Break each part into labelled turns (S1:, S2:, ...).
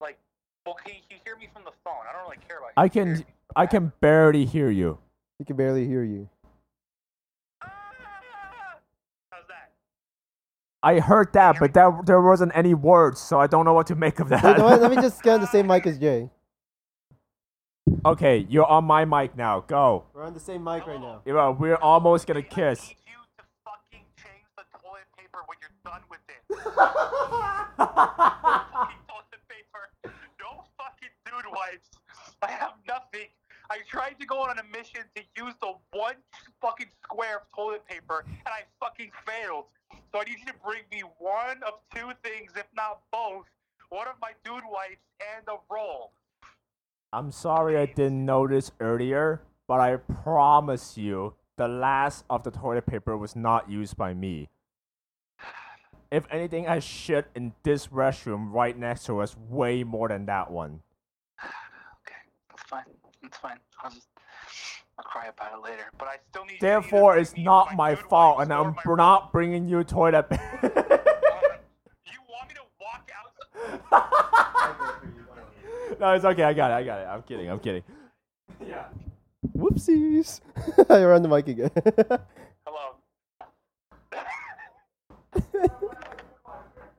S1: Like, well, can you hear me from the phone? I don't really care about.
S2: I
S1: you
S2: can-
S1: hearing me from the
S2: I
S1: back.
S2: can barely hear you.
S3: He can barely hear you.
S1: Ah! How's that?
S2: I heard that, but that there wasn't any words, so I don't know what to make of
S3: Wait, no, wait,
S2: that.
S3: let me just get on the same mic as Jay.
S2: okay, you're on my mic now. Go.
S3: We're on the same mic
S1: right now.
S2: You know, we're almost gonna
S1: Hey, I
S2: kiss.
S1: need you to fucking change the toilet paper when you're done with it. fucking toilet paper. No fucking dude wipes. I have nothing. I tried to go on a mission to use the one fucking square of toilet paper, and I fucking failed. So I need you to bring me one of two things, if not both. One of my dude wipes and a roll.
S2: I'm sorry I didn't notice earlier, but I promise you, the last of the toilet paper was not used by me. If anything, I shit in this restroom right next to us way more than that one.
S1: Okay, that's fine. That's fine. I'll just I'll cry about it later. But I still need. you to either
S2: Therefore,
S1: bring
S2: it's
S1: me
S2: not my
S1: dude
S2: fault,
S1: wipes
S2: and
S1: or
S2: I'm
S1: my
S2: not bringing you toilet paper.
S1: roll. You want me to walk out?
S2: no, it's okay. I got it. I got it. I'm kidding. I'm kidding. Yeah.
S3: Whoopsies. You're on the mic again.
S1: Hello. Wait,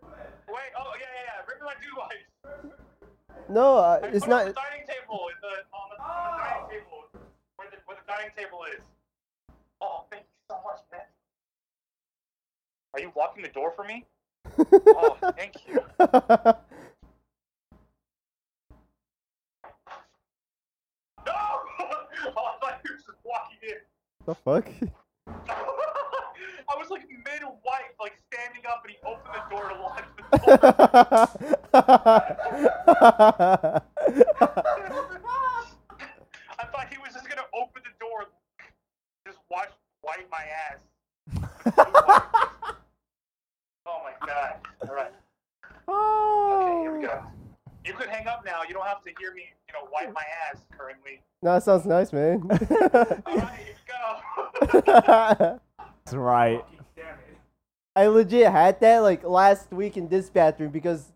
S1: oh yeah, yeah, yeah. Bring me my dude wipes.
S3: no, uh,
S1: I
S3: it's
S1: put it on
S3: not. Oh.
S1: the dining table in the on the, on the dining table where the where the dining table is. Oh, thank you so much, man. Are you locking the door for me? oh, thank you. No! oh, I thought you were just walking in.
S3: the fuck?
S1: I was like mid wipe, like standing up, and he opened the door to lock the door. I thought he was just gonna open the door, and just watch wipe my ass. oh my god! All right, okay, here we go. You could hang up now. You don't have to hear me, you know, wipe my ass currently.
S3: no, that sounds nice, man.
S1: All right, here we go.
S2: That's right.
S1: Damn it.
S3: I legit had that like last week in this bathroom because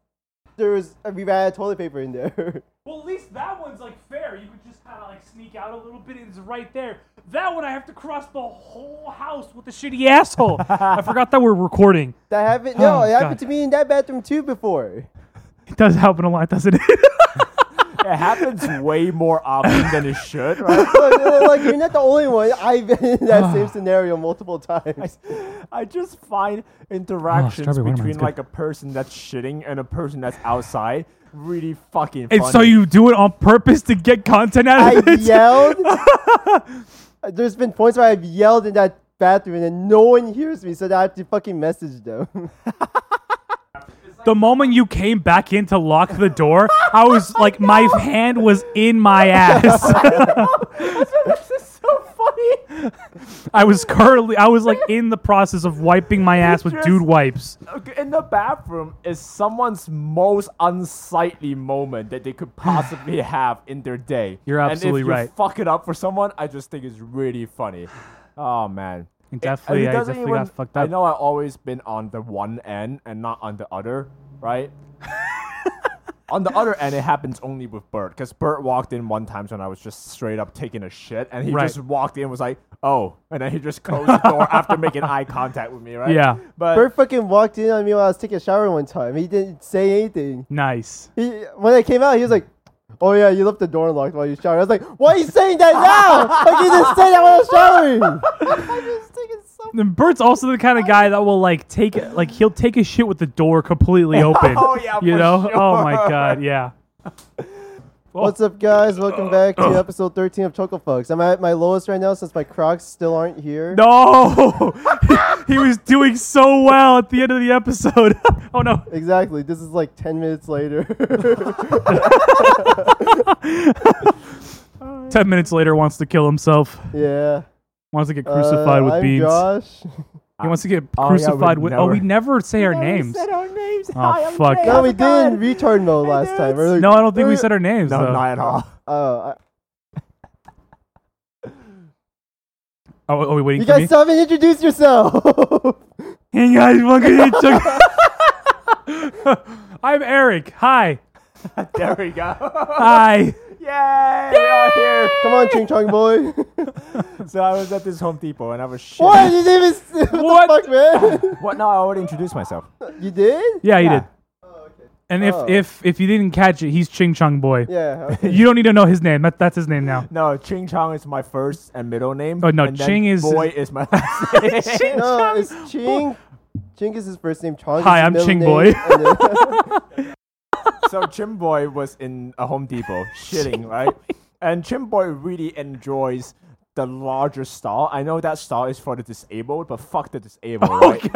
S3: there was we ran out of toilet paper in there.
S4: Well, at least that one's like fair. You could just kind of like sneak out a little bit, and it's right there. That one, I have to cross the whole house with the shitty asshole. I forgot that we're recording.
S3: that happened. No,
S4: Oh,
S3: it happened
S4: God.
S3: to me in that bathroom too before.
S4: It does happen a lot, doesn't it?
S2: It happens way more often than it should, right?
S3: Look, look, look, you're not the only one. I've been in that same scenario multiple times.
S2: I just find interactions
S4: strawberry watermelon's
S2: between
S4: good.
S2: like a person that's shitting and a person that's outside really fucking.
S4: and so
S2: funny.
S4: you do it on purpose to get content out
S3: I
S4: of it.
S3: yelled. There's been points where I've yelled in that bathroom and then no one hears me, so that I have to fucking message them.
S4: The moment you came back in to lock the door, I was
S2: Oh
S4: like, my hand was in my ass.
S2: this is so funny.
S4: I was currently, I was like in the process of wiping my ass with
S2: just-
S4: dude wipes.
S2: Okay, In the bathroom is someone's most unsightly moment that they could possibly have in their day.
S4: You're absolutely
S2: and if you
S4: right.
S2: Fuck it up for someone, I just think it's really funny. Oh man.
S4: And
S2: It- and
S4: definitely,
S2: it
S4: I
S2: doesn't
S4: definitely
S2: even-
S4: got fucked
S2: I
S4: up.
S2: know I've always been on the one end and not on the other, right? on the other end, it happens only with Bert because Bert walked in one time when I was just straight up taking a shit, and he
S4: Right.
S2: just walked in and was like, "Oh," and then he just closed the door after making eye contact with me, right?
S4: Yeah.
S2: but
S3: Bert fucking walked in on me while I was taking a shower one time. He didn't say anything.
S4: Nice.
S3: He, when I came out, he was like, "Oh yeah, you left the door unlocked while you showered." I was like, "Why are you saying that now? like you didn't say that when I was showering." I just think it's so.
S4: And Bert's also the kind of guy that will like take like he'll take a shit with the door completely open.
S2: Oh, yeah,
S4: you
S2: for
S4: know. Oh my
S2: sure.
S4: god, yeah.
S3: What's up, guys?
S4: Oh.
S3: Welcome back to episode 13 of Choco Folks. I'm at my lowest right now since my Crocs still aren't here.
S4: No, he, he was doing so well at the end of the episode. oh no,
S3: Exactly. This is like 10 minutes later.
S4: ten minutes later wants to kill himself.
S3: yeah.
S4: Wants to get crucified
S3: Uh,
S4: with
S3: I'm
S4: beans.
S3: Josh.
S4: He wants to get
S2: Oh, yeah, we
S4: crucified with. Oh, we
S2: never-
S4: never say our names.
S2: our names.
S4: Oh, Hi, I'm fuck. Jay.
S3: No, we did in retard mode last time. We're like,
S4: No, I don't think we said our names
S2: No,
S4: though.
S2: not at all.
S3: Oh, I-
S4: Oh, are we waiting
S3: you
S4: for me?
S3: guys still haven't introduced yourself.
S4: Hey guys, welcome to Chuck- I'm Eric. Hi.
S2: there we go.
S4: Hi.
S2: Yay! We're all here.
S3: Come on, Ching Chong boy.
S2: So I was at this Home Depot and I was shit.
S3: what? You didn't even. s- What,
S4: What?
S3: the fuck,
S2: What? No, I already introduced myself.
S3: man? you did?
S4: Yeah, he
S2: Yeah.
S4: did. And if,
S3: Oh.
S4: if if you didn't catch it, he's Ching Chong Boy.
S3: Yeah. Okay.
S4: You don't need to know his name. That, that's his name now.
S2: No, Ching Chong is my first and middle name.
S4: Oh, no,
S2: and then
S4: Ching is-
S2: boy is my last name.
S3: No, it's Ching. Ching is his first name. Chong. is
S4: Hi,
S3: his
S4: I'm
S3: middle
S4: Ching
S3: name,
S4: Boy.
S3: and then-
S2: so Chim Boy was in a Home Depot shitting, right? And Chim Boy really enjoys the larger stall. I know that stall is for the disabled, but fuck the disabled, right?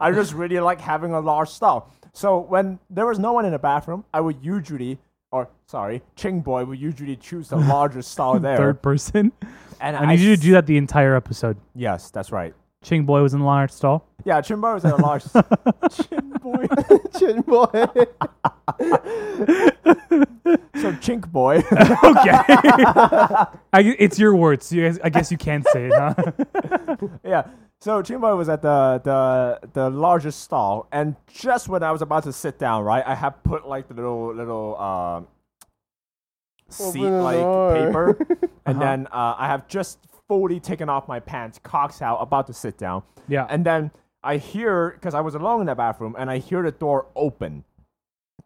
S2: I just really like having a large stall. So when there was no one in the bathroom, I would usually, or sorry, Ching Boy would usually choose the larger stall there.
S4: Third person.
S2: and
S4: I need you to
S2: s-
S4: do that the entire episode.
S2: Yes, that's right.
S4: Ching Boy was in the large stall.
S2: Yeah, Chim Boy was in a large. Chim Boy.
S3: Ching Boy.
S2: So Chink Boy.
S4: Okay. I, gu- it's your words. You guys, I guess you can't say it, huh?
S2: Yeah. So Chimbo was at the, the the largest stall, and just when I was about to sit down, right, I had put like the little little um, seat
S3: the
S2: like
S3: door.
S2: paper,
S4: Uh-huh.
S2: and then uh, I have just fully taken off my pants, cocks out, about to sit down,
S4: Yeah.
S2: and then I hear because I was alone in the bathroom, and I hear the door open,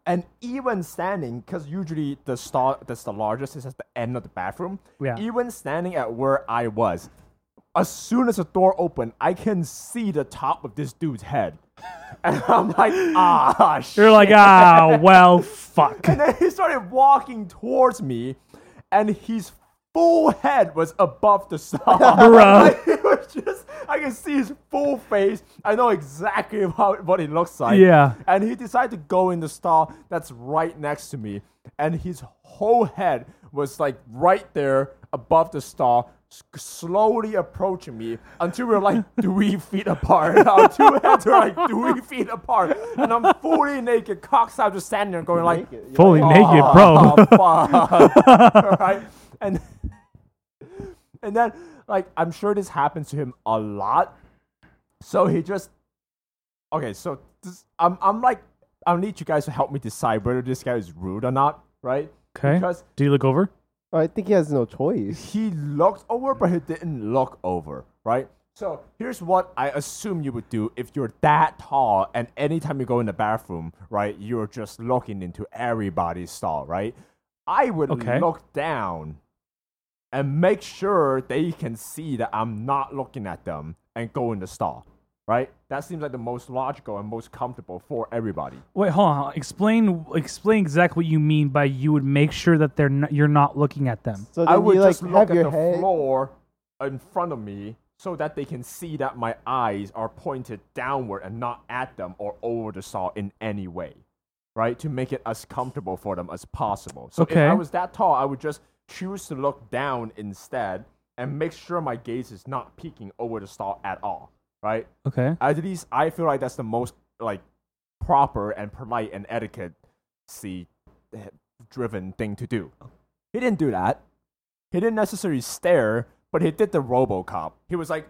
S2: and even standing, because usually the stall that's the largest is at the end of the bathroom.
S4: Yeah.
S2: Even standing at where I was, as soon as the door opened, I can see the top of this dude's head, and I'm like, ah, shit.
S4: You're like, ah, well, fuck.
S2: And then he started walking towards me, and his full head was above the stall.
S4: Bruh.
S2: it was just, I can see his full face. I know exactly how, what he looks like.
S4: Yeah.
S2: And he decided to go in the stall that's right next to me, and his whole head was like right there above the stall. s- Slowly approaching me until we were like three feet apart. Our two heads were like three feet apart, and I'm fully naked, cocks out, just standing there, going like,
S3: Naked, yeah.
S4: Fully naked,
S2: Oh,
S4: bro.
S2: fuck. right? And and then like I'm sure this happens to him a lot. So he just okay. So this, I'm I'm like I need you guys to help me decide whether this guy is rude or not, right?
S4: Okay.
S2: Because
S4: Do you look over?
S3: I think he has no choice.
S2: he looked over, but he didn't look over, right? So here's what I assume you would do if you're that tall, and anytime you go in the bathroom, right, you're just looking into everybody's stall, right? I would
S4: Okay.
S2: look down and make sure they can see that I'm not looking at them and go in the stall, right? That seems like the most logical and most comfortable for everybody.
S4: Wait, hold on. hold on. Explain, explain exactly what you mean by you would make sure that they're not, you're not looking at them.
S3: So
S2: I
S3: then
S2: would
S3: you like
S2: just look
S3: have
S2: at
S3: your
S2: the
S3: head.
S2: floor in front of me so that they can see that my eyes are pointed downward and not at them or over the saw in any way, right? To make it as comfortable for them as possible. So if
S4: Okay.
S2: I was that tall, I would just choose to look down instead and make sure my gaze is not peeking over the saw at all, right?
S4: Okay.
S2: At least I feel like that's the most like proper and polite and etiquette see driven thing to do. He didn't do that. He didn't necessarily stare, but he did the RoboCop. He was like,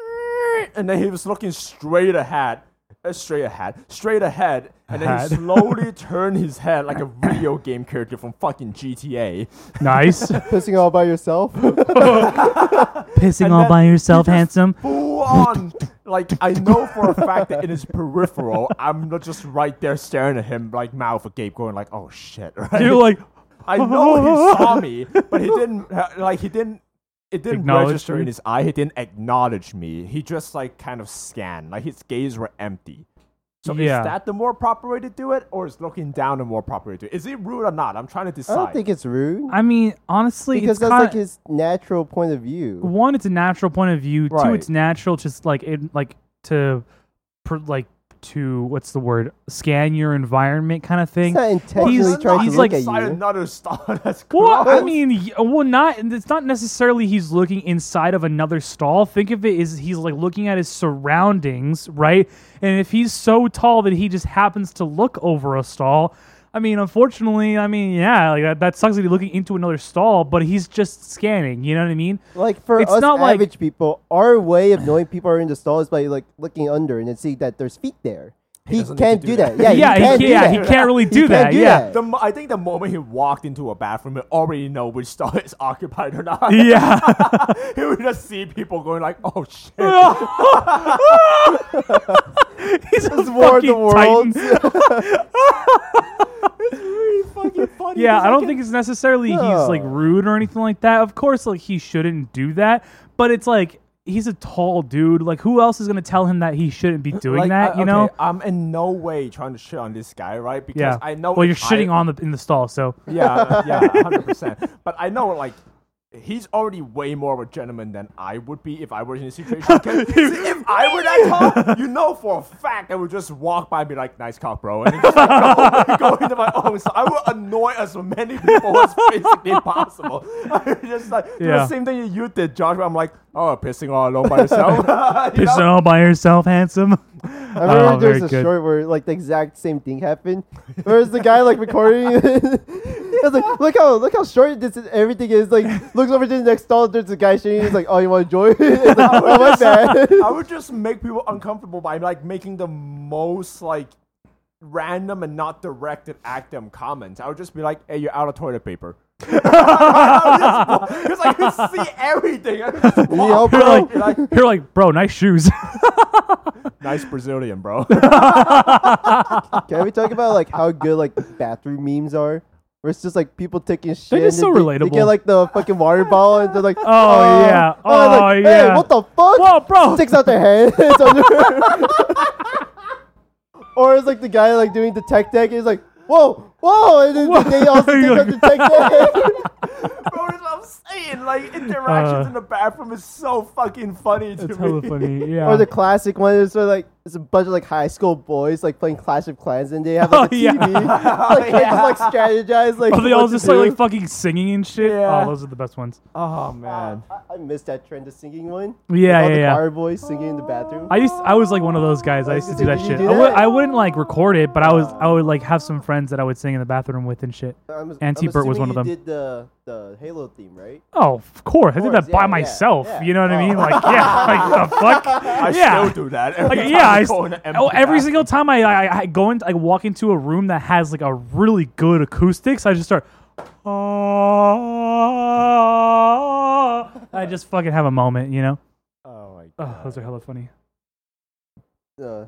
S2: "Eh," and then he was looking straight ahead, uh, straight ahead, straight ahead, and then he
S4: Ahead.
S2: slowly turned his head like a video game character from fucking GTA.
S4: Nice.
S3: Pissing all by yourself.
S4: Pissing
S2: And
S4: all
S2: then
S4: by
S2: he
S4: yourself,
S2: just
S4: handsome.
S2: Full on. Like, I know for a fact that in his peripheral, I'm not just right there staring at him, like mouth agape, going like, oh shit, right?
S4: You're like,
S2: I know he saw me, but he didn't, uh, like, he didn't, it didn't
S4: Acknowledge
S2: register
S4: you?
S2: in his eye. He didn't acknowledge me. He just, like, kind of scanned. Like, his gaze were empty. So
S4: Yeah.
S2: is that the more proper way to do it, or is looking down the more proper way to do it? Is it rude or not? I'm trying to
S3: I
S2: decide.
S3: don't think it's rude
S4: I mean, honestly,
S3: because
S4: it's
S3: that's
S4: kinda,
S3: like his natural point of view.
S4: one it's a natural point of view two
S2: Right.
S4: it's natural just like it like to pr- like to what's the word scan your environment kind of
S3: He's
S4: thing
S3: not intentionally
S4: he's-
S3: trying
S4: he's
S3: to look
S4: like
S3: at
S2: Sign
S3: you.
S2: another star. That's
S4: well i
S2: gross.
S4: mean y- uh, well not and it's not necessarily he's looking inside of another stall think of it as he's like looking at his surroundings right and if he's so tall that he just happens to look over a stall I mean, unfortunately, I mean, yeah, like that, that sucks to be looking into another stall, but he's just scanning. You know what I mean?
S3: Like for
S4: It's
S3: us
S4: not like-
S3: average people, our way of knowing people are in the stall is by like looking under and then seeing that there's feet there. He
S2: doesn't need
S3: can't
S2: to
S3: do
S2: do
S3: that.
S2: that.
S3: Yeah,
S4: yeah,
S3: he can't do
S4: yeah,
S3: that.
S4: he can't really do
S3: can't
S4: that.
S3: do
S4: yeah.
S3: that.
S2: The mo- I think the moment he walked into a bathroom, he already know which stall is occupied or not.
S4: Yeah.
S2: he would just see people going like, "Oh shit!"
S4: He's a
S3: war the
S4: fucking
S3: world.
S4: Titan. Yeah, I don't think it's necessarily he's like
S3: No.
S4: rude or anything like that. Of course, like he shouldn't do that, but it's like he's a tall dude. Like who else is gonna tell him that he shouldn't be doing
S2: Like,
S4: that?
S2: I-
S4: you
S2: okay,
S4: know?
S2: I'm in no way trying to shit on this guy, right? Because
S4: Yeah.
S2: I know.
S4: Well, you're
S2: if I-
S4: shitting on the in the stall, so
S2: Yeah, yeah, hundred percent. But I know, like, he's already way more of a gentleman than I would be if I were in a situation. 'Cause see, if I were that tall, you know for a fact I would just walk by and be like, "Nice cock, bro," and just like, go, go into my own. So I would annoy as many people as basically possible. I would just like do
S4: Yeah.
S2: the same thing you did, Joshua. I'm like, "Oh, pissing all alone by yourself." You
S4: pissing
S2: know?
S4: all by yourself, handsome.
S3: I remember
S4: Oh,
S3: there was
S4: very
S3: a
S4: good.
S3: short where like the exact same thing happened. Whereas the guy like recording, it was like, look how look how short this is, everything is. Like looks over to the next stall, there's a guy shooting. He's like, oh, you want to join? It's like, oh, my bad.
S2: I would just make people uncomfortable by like making the most like random and not directed at them comments. I would just be like, "Hey, you're out of toilet paper." Because I could see everything. I could just walk
S3: bro.
S2: by and be like,
S4: You're like, bro, nice shoes.
S2: nice Brazilian, bro.
S3: Can we talk about like how good like bathroom memes are? Where it's just like people taking shit.
S4: They're just
S3: and
S4: so
S3: they, They
S4: relatable.
S3: get like the fucking water bottle and they're like, oh,
S4: yeah.
S3: like,
S4: Oh,
S3: hey,
S4: yeah.
S3: what the fuck?
S4: Whoa, bro.
S3: Sticks out their head. It's under- or it's like the guy like doing the tech deck. He's like, whoa, whoa, and then they also
S4: You're
S3: take out the
S4: like-
S3: tech deck.
S2: bro, that's what I'm saying. Like interactions
S4: Uh,
S2: in the bathroom is so fucking funny to
S4: That's
S2: me.
S4: hella funny. Yeah.
S3: Or the classic one is where like it's a bunch of like high school boys like playing Clash of Clans and they have like
S4: Oh,
S3: a
S4: yeah.
S3: TV. like they just like strategize like.
S4: Oh, they
S3: what
S4: all
S3: to
S4: just like,
S3: do.
S4: like fucking singing and shit.
S2: Yeah.
S4: Oh, those are the best ones.
S2: Oh man.
S4: Uh,
S3: I, I missed that trend of singing one.
S4: Yeah,
S3: Like, all
S4: yeah,
S3: the
S4: yeah.
S3: Choir boys singing in the bathroom.
S4: I used I was like one of those guys. I used to
S2: Oh,
S4: do that
S3: Did you
S4: shit.
S3: do
S4: I, would,
S3: that?
S4: I wouldn't like record it, but I was I would like have some friends that I would sing in the bathroom with and shit.
S3: I'm, I'm
S4: Auntie Bert was
S3: assuming
S4: one of them.
S3: You did the the Halo theme, right?
S4: Oh, of course. I did
S3: course,
S4: that by
S3: yeah, yeah,
S4: myself.
S3: yeah.
S4: You know what I
S3: Oh.
S4: mean? Like, yeah, like the fuck.
S2: I
S4: yeah.
S2: still do that. Every
S4: Like,
S2: time
S4: yeah,
S2: I
S4: I,
S2: go in
S4: s-
S2: an empty
S4: oh, every
S2: bathroom.
S4: single time I, I I go in, I walk into a room that has like a really good acoustics. I just start. "Ah." I just fucking have a moment, you know.
S2: Oh my god.
S4: Oh, those are hella funny.
S3: Uh,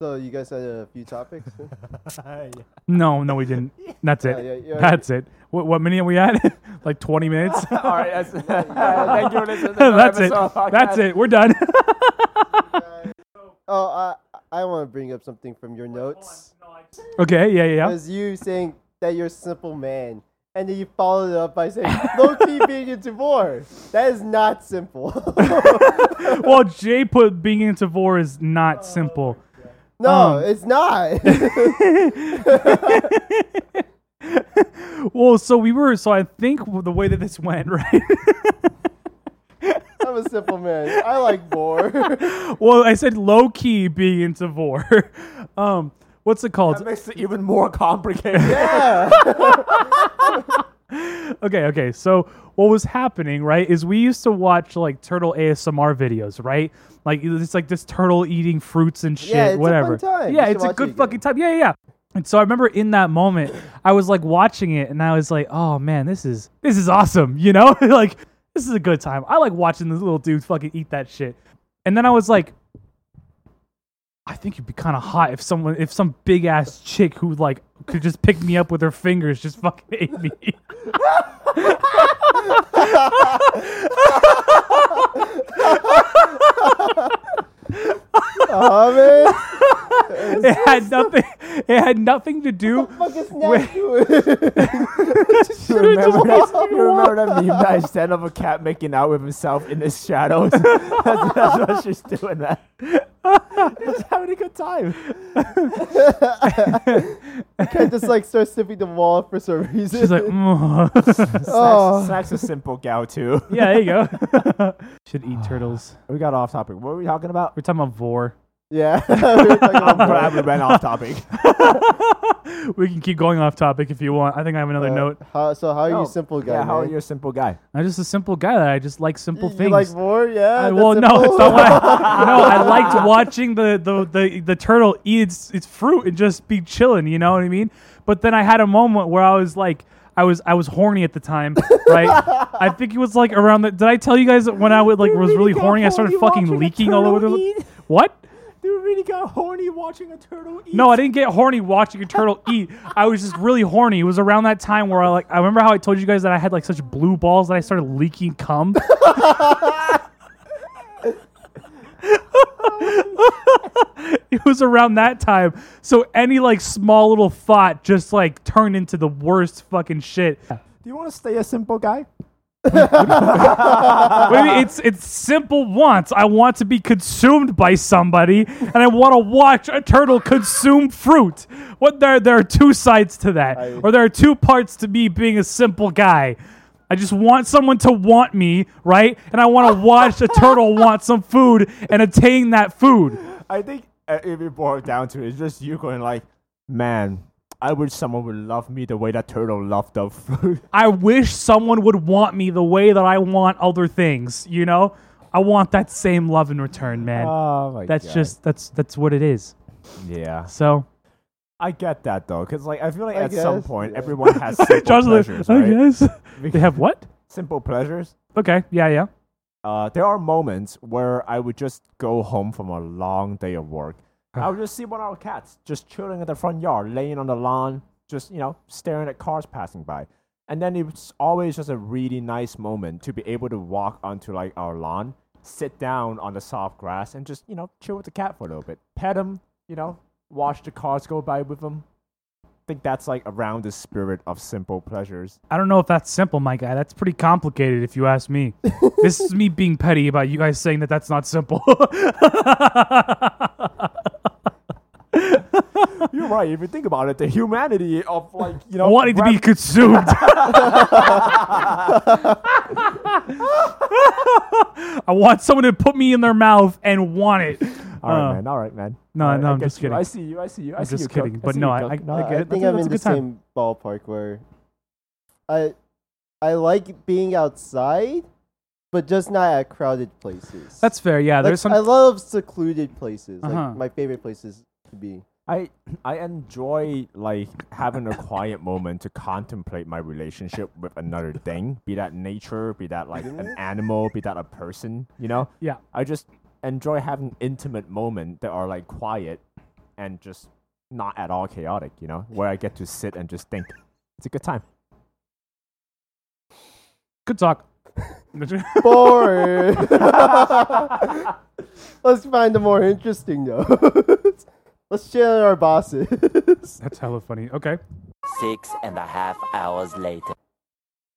S3: so you guys had a few topics.
S4: No, no, we didn't. That's
S3: Yeah, yeah,
S4: it.
S3: yeah.
S4: That's it. What, what minute are we at? like 20 minutes?
S2: All right, that's, thank you for listening. to another
S4: That's it.
S2: episode of Podcast.
S4: That's it. We're done.
S3: oh, I I want to bring up something from your notes.
S4: okay, yeah, yeah, yeah.
S3: Was you saying that you're a simple man, and then you followed it up by saying low key being into more. That is not simple.
S4: Well, Jay put being into four is not simple.
S3: no,
S4: Um,
S3: it's not.
S4: Well, so we were, so I think w- the way that this went, right?
S3: I'm a simple man. I like more.
S4: well, I said low key being into four. um, what's it called?
S2: That makes it even more complicated.
S3: yeah.
S4: okay, okay. So what was happening, right, is we used to watch like turtle ASMR videos, right? Like it's like this turtle eating fruits and shit,
S3: it's a fun
S4: whatever.
S3: time. You
S4: Yeah,
S3: should
S4: it's a
S3: watch it
S4: good
S3: again.
S4: fucking time. Yeah, yeah, yeah. And so I remember in that moment, I was like watching it and I was like, "Oh man, this is this is awesome." You know? like this is a good time. I like watching this little dude fucking eat that shit. And then I was like, I think it'd be kind of hot if someone, if some big ass chick who like could just pick me up with her fingers just fucking ate me.
S3: Oh man.
S4: it had nothing. It had nothing to do.
S3: fucking snack you.
S2: You remember, that, you remember that meme that I sent of a cat making out with himself in his shadows? that's, that's what she's doing, man. She's having a good time.
S3: Can't just like start sniffing the wall for some reason.
S4: She's like, mm.
S3: Oh.
S2: Snack's, Snack's a simple gal, too.
S4: yeah, there you go. Should eat turtles.
S2: We got off topic. What were we talking about?
S4: We're talking about vor.
S3: Yeah. We were talking about
S2: I'm
S3: that.
S2: glad we ran off topic.
S4: we can keep going off topic if you want. I think I have another
S3: Uh,
S4: note.
S3: How, so Oh, how are
S2: No.
S3: you simple guy?
S2: yeah, how are
S3: man?
S2: you a simple guy?
S4: I'm just a simple guy that I just like simple
S3: You-
S4: things.
S3: You like more? Yeah.
S4: I,
S3: that's
S4: well, no, it's
S3: simple?
S4: not why. no, I liked watching the, the, the, the turtle eat its, its fruit and just be chilling. You know what I mean? But then I had a moment where I was like, I was I was horny at the time, right? I think it was like around the. Did I tell you guys that when I would like was really horny, I started fucking leaking all over the. What?
S2: You really got horny watching a turtle eat.
S4: No, I didn't get horny watching a turtle eat. I was just really horny. It was around that time where I like I remember how I told you guys that I had like such blue balls that I started leaking cum. it was around that time. So any like small little thought just like turned into the worst fucking shit.
S2: Do you want to stay a simple guy?
S4: But I mean, it's it's simple wants. I want to be consumed by somebody, and I want to watch a turtle consume fruit. What there there are two sides to that,
S3: I-
S4: or there are two parts to me being a simple guy. I just want someone to want me, right? And I want to watch a turtle want some food and attain that food.
S2: I think uh, if you boil it down to it, it's just you going like, man, I wish someone would love me the way that turtle loved the fruit.
S4: I wish someone would want me the way that I want other things. You know, I want that same love in return, man.
S2: oh my
S4: that's just that's that's what it is.
S2: yeah.
S4: So.
S2: I get that though, because like I feel like
S3: I
S2: at some
S3: guess,
S2: point
S3: yeah.
S2: everyone has simple
S4: John's like,
S2: pleasures,
S4: I
S2: right?
S4: guess. They have what?
S2: Simple pleasures.
S4: Okay, yeah, yeah.
S2: uh, there are moments where I would just go home from a long day of work. I would just see one of our cats just chilling in the front yard, laying on the lawn, just you know, staring at cars passing by. And then it's always just a really nice moment to be able to walk onto like our lawn, sit down on the soft grass, and just you know, chill with the cat for a little bit, pet him, you know, watch the cars go by with him. I think that's like around the spirit of simple pleasures.
S4: I don't know if that's simple, my guy. That's pretty complicated, if you ask me. this is me being petty about you guys saying that that's not simple.
S2: You're right. If you think about it, the humanity of like you know
S4: Wanting to
S2: grab-
S4: be consumed. I want someone to put me in their mouth and want it.
S2: All right,
S4: Uh,
S2: man. All right, man.
S4: no,
S2: All right,
S4: no,
S2: I
S4: I'm
S2: get
S4: just
S2: you.
S4: kidding.
S2: I see you. I see you. I
S4: I'm
S2: see
S4: just
S2: you, Cook.
S4: kidding, but
S2: see
S4: no,
S2: you,
S4: I-
S2: Cook.
S4: I-
S2: No,
S4: I
S3: I-
S4: get
S3: I
S4: it.
S3: think
S4: That's-
S3: I'm
S4: that's
S3: in
S4: a
S3: the
S4: good time.
S3: same ballpark where I I like being outside, but just not at crowded places.
S4: That's fair. Yeah,
S3: like,
S4: there's some.
S3: I love secluded places.
S4: Uh-huh.
S3: Like my favorite places to be.
S2: I I enjoy like having a quiet moment to contemplate my relationship with another thing, be that nature, be that like an animal, be that a person. You know,
S4: yeah.
S2: I just enjoy having intimate moment that are like quiet and just not at all chaotic. You know, where I get to sit and just think. It's a good time.
S4: Good talk.
S3: Bored. Let's find the more interesting notes. Let's chill at our bosses.
S4: that's hella funny. Okay.
S5: Six and a half hours later.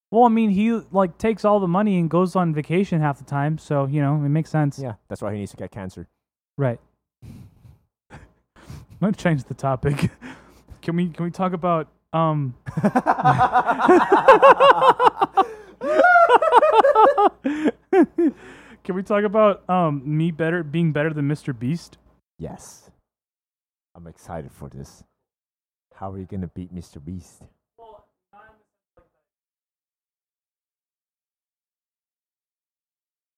S4: Well, I mean, he like takes all the money and goes on vacation half the time, so you know it makes sense.
S2: Yeah, that's why he needs to get cancer.
S4: Right. I'm gonna change the topic. Can we can we talk about um Can we talk about um me better being better than Mr. Beast?
S2: Yes. I'm excited for this. How are you going to beat Mr. Beast?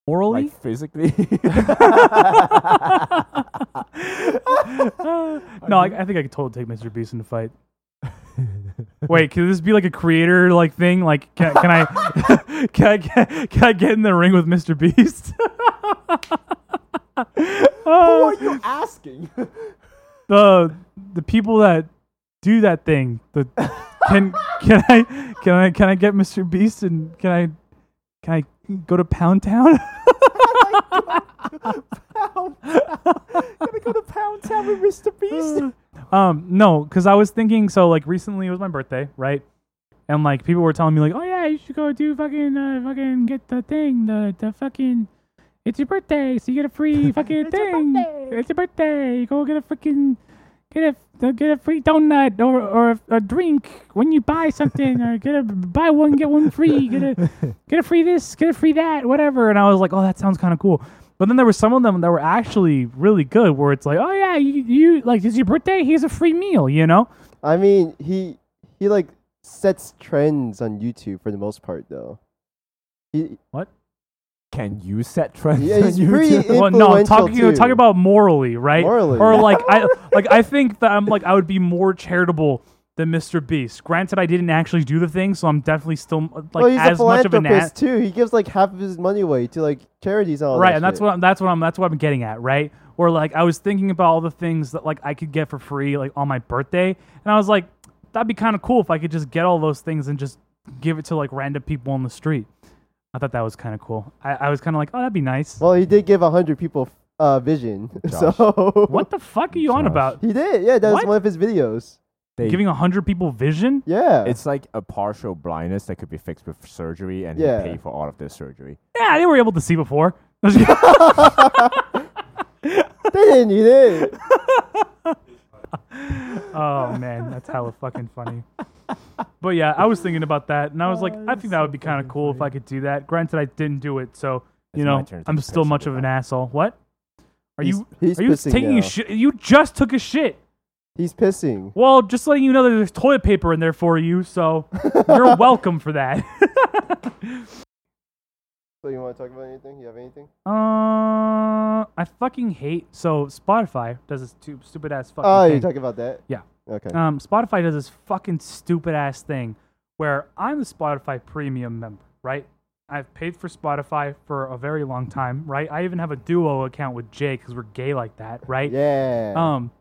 S4: Orally?
S2: Like physically?
S4: no, I, I think I could totally take Mr. Beast in a fight. Wait, could this be like a creator like thing? Like, can, can I can I get, can I get in the ring with Mr. Beast?
S2: Who are you asking?
S4: Oh, the the people that do that thing. The can can I can I can I get Mr. Beast and can I can I go to Pound Town?
S2: Gonna go to Pound Town with Mr. Beast?
S4: um, no, because I was thinking. So like recently it was my birthday, right? And like people were telling me like, oh yeah, you should go do fucking uh, fucking get the thing, the the fucking. It's your birthday, so you get a free fucking thing. it's your birthday. Go get a freaking get a get a free donut or or a, a drink when you buy something or get a buy one get one free. Get a get a free this, get a free that, whatever. And I was like, oh, that sounds kind of cool. But then there were some of them that were actually really good, where it's like, oh yeah, you, you like it's your birthday, here's a free meal, you know.
S3: I mean, he he like sets trends on YouTube for the most part, though. He,
S2: Can you set trends?
S3: Yeah,
S2: on
S3: he's pretty
S2: YouTube?
S4: Well, no,
S3: Influential,
S4: talking
S3: too.
S4: talking about morally, right?
S3: Morally.
S4: or like I like I think that I'm like I would be more charitable than Mr. Beast. Granted, I didn't actually do the thing, so I'm definitely still like
S3: well, he's a
S4: as much of an
S3: philanthropist
S4: ass.
S3: too. He gives like half of his money away to like charities and all
S4: right
S3: that
S4: and that's
S3: shit.
S4: what I'm, that's what I'm that's what I'm getting at right or like I was thinking about all the things that like I could get for free like on my birthday and I was like that'd be kind of cool if I could just get all those things and just give it to like random people on the street I thought that was kind of cool I, I was kind of like oh that'd be nice
S3: Well, he did give hundred people uh, vision. So
S4: what the fuck are you on
S2: Josh.
S4: about
S3: he did? Yeah, that was
S4: What?
S3: one of his videos.
S2: They-
S4: giving a hundred people vision
S3: Yeah,
S2: it's like a partial blindness that could be fixed with surgery, and
S3: Yeah.
S2: he pay for all of this surgery.
S4: yeah they were able to see before
S3: they didn't need it.
S4: Oh man, that's hella fucking funny. But yeah, I was thinking about that, and I was like, I think that would be kind of cool if I could do that. Granted, I didn't do it, so you
S2: It's my
S4: know,
S2: turn to
S4: I'm
S2: take a
S4: still
S2: piss
S4: much of
S2: again
S4: an
S2: now.
S4: asshole. What? Are
S3: He's-
S4: you
S3: he's
S4: are you
S3: pissing
S4: taking
S3: now.
S4: a shit? You just took a shit.
S3: He's pissing.
S4: Well, just letting you know that there's toilet paper in there for you, so you're welcome for that.
S3: So you want to talk about anything? You have anything?
S4: uh, I fucking hate so Spotify does this too stupid ass fucking
S3: Oh,
S4: thing.
S3: you're talking about that.
S4: Yeah.
S3: Okay.
S4: um, Spotify does this fucking stupid ass thing where I'm the Spotify premium member, right? I've paid for Spotify for a very long time, right? I even have a duo account with Jay because we're gay like that, right?
S3: yeah.
S4: Um,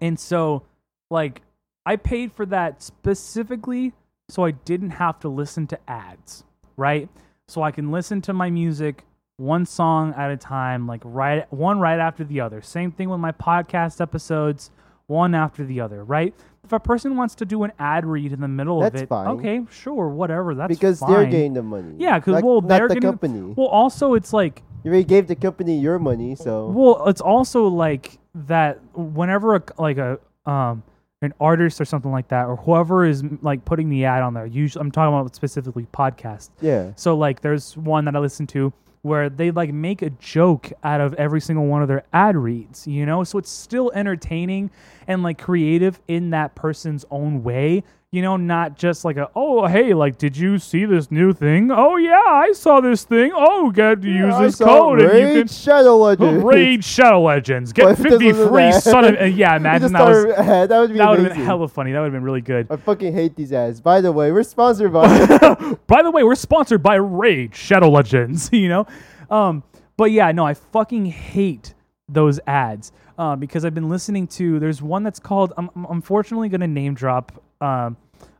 S4: and so, like, I paid for that specifically so I didn't have to listen to ads, right? So I can listen to my music one song at a time, like right one right after the other. Same thing with my podcast episodes, one after the other, right? If a person wants to do an ad read in the middle of
S3: That's
S4: it,
S3: fine.
S4: okay, sure, whatever. That's
S3: because
S4: fine.
S3: they're getting the money.
S4: yeah, because
S3: Not-
S4: well,
S3: not
S4: they're
S3: the
S4: getting
S3: company.
S4: Well, also it's like
S3: You already gave the company your money, so
S4: well, it's also like that whenever a, like a um an artist or something like that or whoever is like putting the ad on there. Usually I'm talking about specifically podcasts.
S3: yeah.
S4: So like there's one that I listen to where they like make a joke out of every single one of their ad reads, you know? So it's still entertaining and like creative in that person's own way. You know, not just like a oh hey, like did you see this new thing? Oh yeah, I saw this thing. Oh, get to use
S3: I
S4: this
S3: saw
S4: code
S3: Raid
S4: and you can
S3: Shadow Legends.
S4: Raid Shadow Legends.
S3: What
S4: Get
S3: if this was an
S4: 53
S3: ad?
S4: son of. uh, yeah,
S3: You just
S4: imagine that was.
S3: started- that would be
S4: That would have
S3: amazing.
S4: been hella funny. That would have been really good.
S3: I fucking hate these ads. By the way, we're sponsored by.
S4: By the way, we're sponsored by Raid Shadow Legends, you know? Um, but yeah, no, I fucking hate those ads uh, because I've been listening to. There's one that's called. I'm, I'm unfortunately going to name drop um,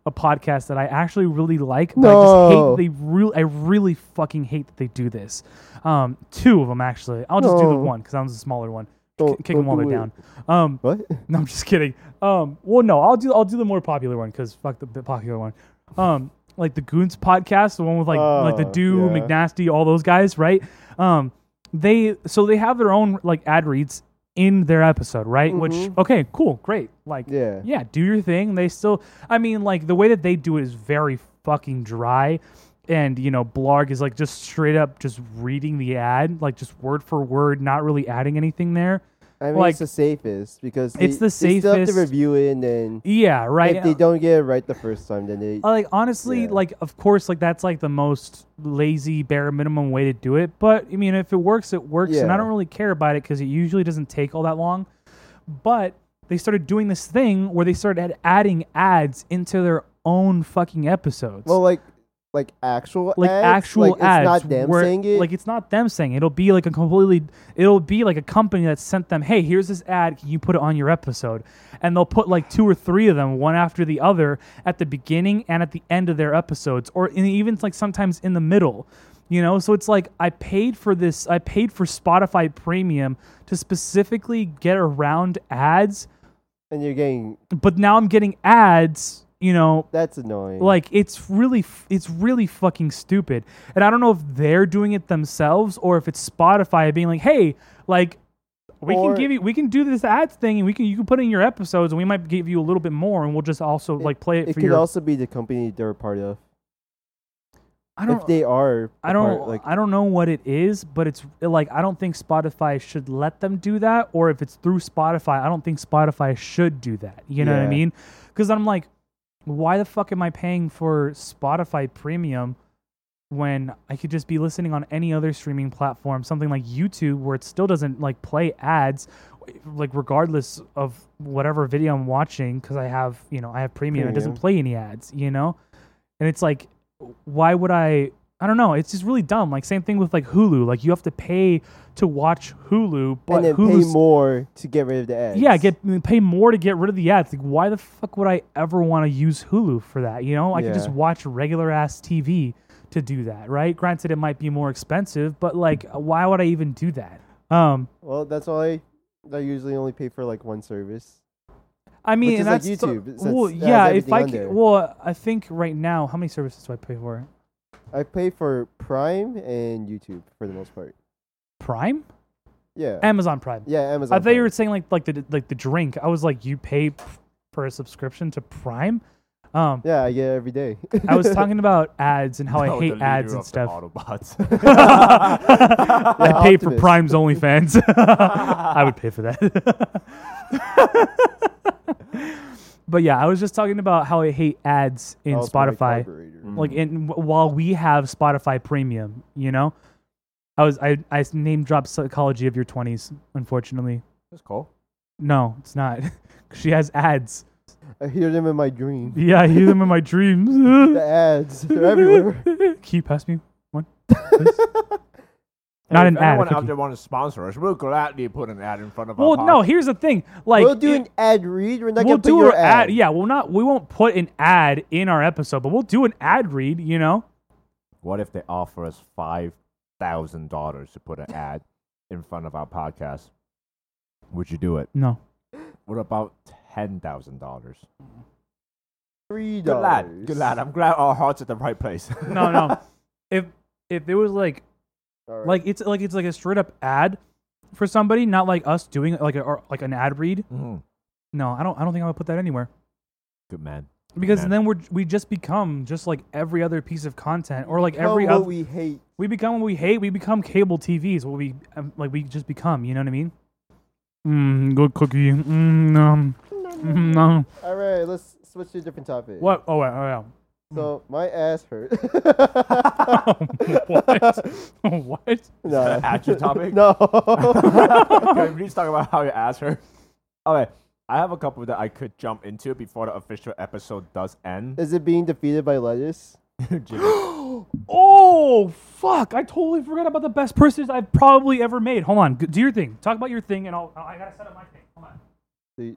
S4: a podcast that I actually really like. But
S3: No.
S4: I just hate that they really. I really fucking hate that they do this. Um, two of them, actually. I'll just do the
S3: No.
S4: one because that was a smaller one.
S3: Don't-
S4: Kick them
S3: don't
S4: while they're
S3: do it.
S4: down. Um,
S3: what?
S4: no, I'm just kidding. Um, well, no, I'll do I'll do the more popular one because fuck the, the popular one. Um, like the Goons podcast, the one with like like the
S3: Oh,
S4: Dew,
S3: yeah.
S4: McNasty, all those guys, right? Um, they so they have their own like ad reads in their episode, right? Which okay, cool, great. Like
S3: Mm-hmm. Yeah.
S4: yeah, do your thing. They still, I mean, like the way that they do it is very fucking dry. And you know, Blarg is like just straight up just reading the ad, like just word for word, not really adding anything there.
S3: I mean,
S4: Like-
S3: it's the safest because
S4: It's
S3: they-
S4: the
S3: They still have to
S4: safest.
S3: review it, and then
S4: Yeah, right.
S3: if they don't get it right the first time, then they.
S4: Uh, like honestly,
S3: Yeah.
S4: like of course, like that's like the most lazy bare minimum way to do it. But I mean, if it works, it works, and I
S3: Yeah.
S4: don't really care about it because it usually doesn't take all that long. But they started doing this thing where they started ad- adding ads into their own fucking episodes.
S3: well, like, like actual
S4: like
S3: ads,
S4: actual
S3: like, it's
S4: ads,
S3: not them
S4: where-
S3: saying it.
S4: Like it's not them saying it. it'll be like a completely. It'll be like a company that sent them, "Hey, here's this ad. Can you put it on your episode?" And they'll put like two or three of them, one after the other, at the beginning and at the end of their episodes, or in, even like sometimes in the middle. You know, so it's like I paid for this. I paid for Spotify Premium to specifically get around ads,
S3: and you're getting
S4: but now I'm getting ads. You know,
S3: that's annoying.
S4: like it's really f- it's really fucking stupid. And I don't know if they're doing it themselves or if it's Spotify being like, "Hey, like we
S3: Or-
S4: can give you we can do this ads thing and we can you can put it in your episodes and we might give you a little bit more and we'll just also like play it,
S3: it
S4: for
S3: could
S4: your
S3: also be the company they're a part of.
S4: I don't.
S3: if they are.
S4: I don't.
S3: apart, like
S4: I don't know what it is, but it's like I don't think Spotify should let them do that, or if it's through Spotify, I don't think Spotify should do that. You know what I
S3: Yeah.
S4: mean? Because I'm like, why the fuck am I paying for Spotify Premium when I could just be listening on any other streaming platform, something like YouTube, where it still doesn't like play ads, like regardless of whatever video I'm watching, because I have you know I have premium, it
S3: Premium.
S4: doesn't play any ads, you know, and it's like, why would I? I don't know. It's just really dumb. Like same thing with like Hulu. Like you have to pay to watch Hulu, but
S3: and then
S4: Hulu's
S3: pay more to get rid of the ads.
S4: yeah, get mm, pay more to get rid of the ads. Like, why the fuck would I ever want to use Hulu for that? You know, I could just
S3: Yeah.
S4: watch regular ass TV to do that, right? Granted, it might be more expensive, but like, why would I even do that? Um,
S3: Well, that's why I usually only pay for like one service.
S4: I mean,
S3: Which is
S4: and
S3: like
S4: that's the-
S3: YouTube. It's-
S4: well,
S3: that's- that's
S4: yeah, if
S3: everything
S4: I
S3: on
S4: c-
S3: there.
S4: well, I think right now, how many services do I pay for?
S3: I pay for Prime and YouTube for the most part.
S4: Prime,
S3: Yeah.
S4: Amazon Prime.
S3: yeah, Amazon.
S4: I thought you
S3: Prime.
S4: were saying like like the like the drink. I was like, you pay p- for a subscription to Prime. Um,
S3: Yeah, I get it every day.
S4: I was talking about ads and how
S2: No,
S4: I
S2: Oh, the
S4: hate
S2: leader
S4: ads and
S2: of the
S4: stuff.
S2: Autobots.
S4: I pay for
S3: Optimus.
S4: Prime's OnlyFans. I would pay for that. but yeah, I was just talking about how I hate ads in
S3: That was my
S4: Spotify. Mm.
S3: carburetor.
S4: Like, in w- while we have Spotify Premium, you know, I was I I name dropped Psychology of Your Twenties. Unfortunately,
S2: That's cool.
S4: no, it's not. she has ads.
S3: I hear them in my dream.
S4: Yeah, I hear them in my dreams.
S3: The ads, they're everywhere.
S4: Can you pass me one? please? Not
S2: Hey,
S4: an
S2: if
S4: ad. a
S2: Anyone
S4: cookie.
S2: out there want to sponsor us? We'll gladly put an ad in front of our.
S4: Well, no.
S2: podcast.
S4: Here's the thing. Like,
S3: we'll do
S4: it-
S3: an ad read. We're not
S4: we'll
S3: gonna put
S4: do
S3: your
S4: an ad. Yeah, we'll not. We won't put an ad in our episode, but we'll do an ad read. You know,
S2: What if they offer us five thousand dollars to put an ad in front of our podcast? Would you do it?
S4: no.
S2: What about ten thousand dollars?
S3: Three
S2: Good
S3: dollars.
S2: lad. Good lad. I'm glad our hearts at the right place.
S4: No, no. if if it was like
S3: All right.
S4: like it's like it's like a straight up ad for somebody, not like us doing like a, or like an ad read.
S2: Mhm.
S4: No, I don't. I don't think I would put that anywhere
S2: Good man.
S4: because
S2: Amen.
S4: then we're we just become just like every other piece of content or like
S3: Tell
S4: every
S3: what
S4: other. We,
S3: we hate.
S4: become what we hate. We become cable TVs. What we um, like we just become. You know what I mean? Mm, good cookie. Mm, um, mm, um.
S3: All right, let's switch to a different topic.
S4: What? Oh, wait, oh,
S3: So my ass hurt.
S4: yeah. what? what?
S3: no.
S2: At your topic.
S3: No.
S2: Can we please talk about how you asked her? Okay, I have a couple that I could jump into before the official episode does end.
S3: Is it being defeated by lettuce?
S2: Jimmy.
S4: Oh, fuck! I totally forgot about the best purses I've probably ever made. Hold on, g- do your thing. Talk about your thing, and I'll. I gotta set up my thing. Hold on.
S3: The-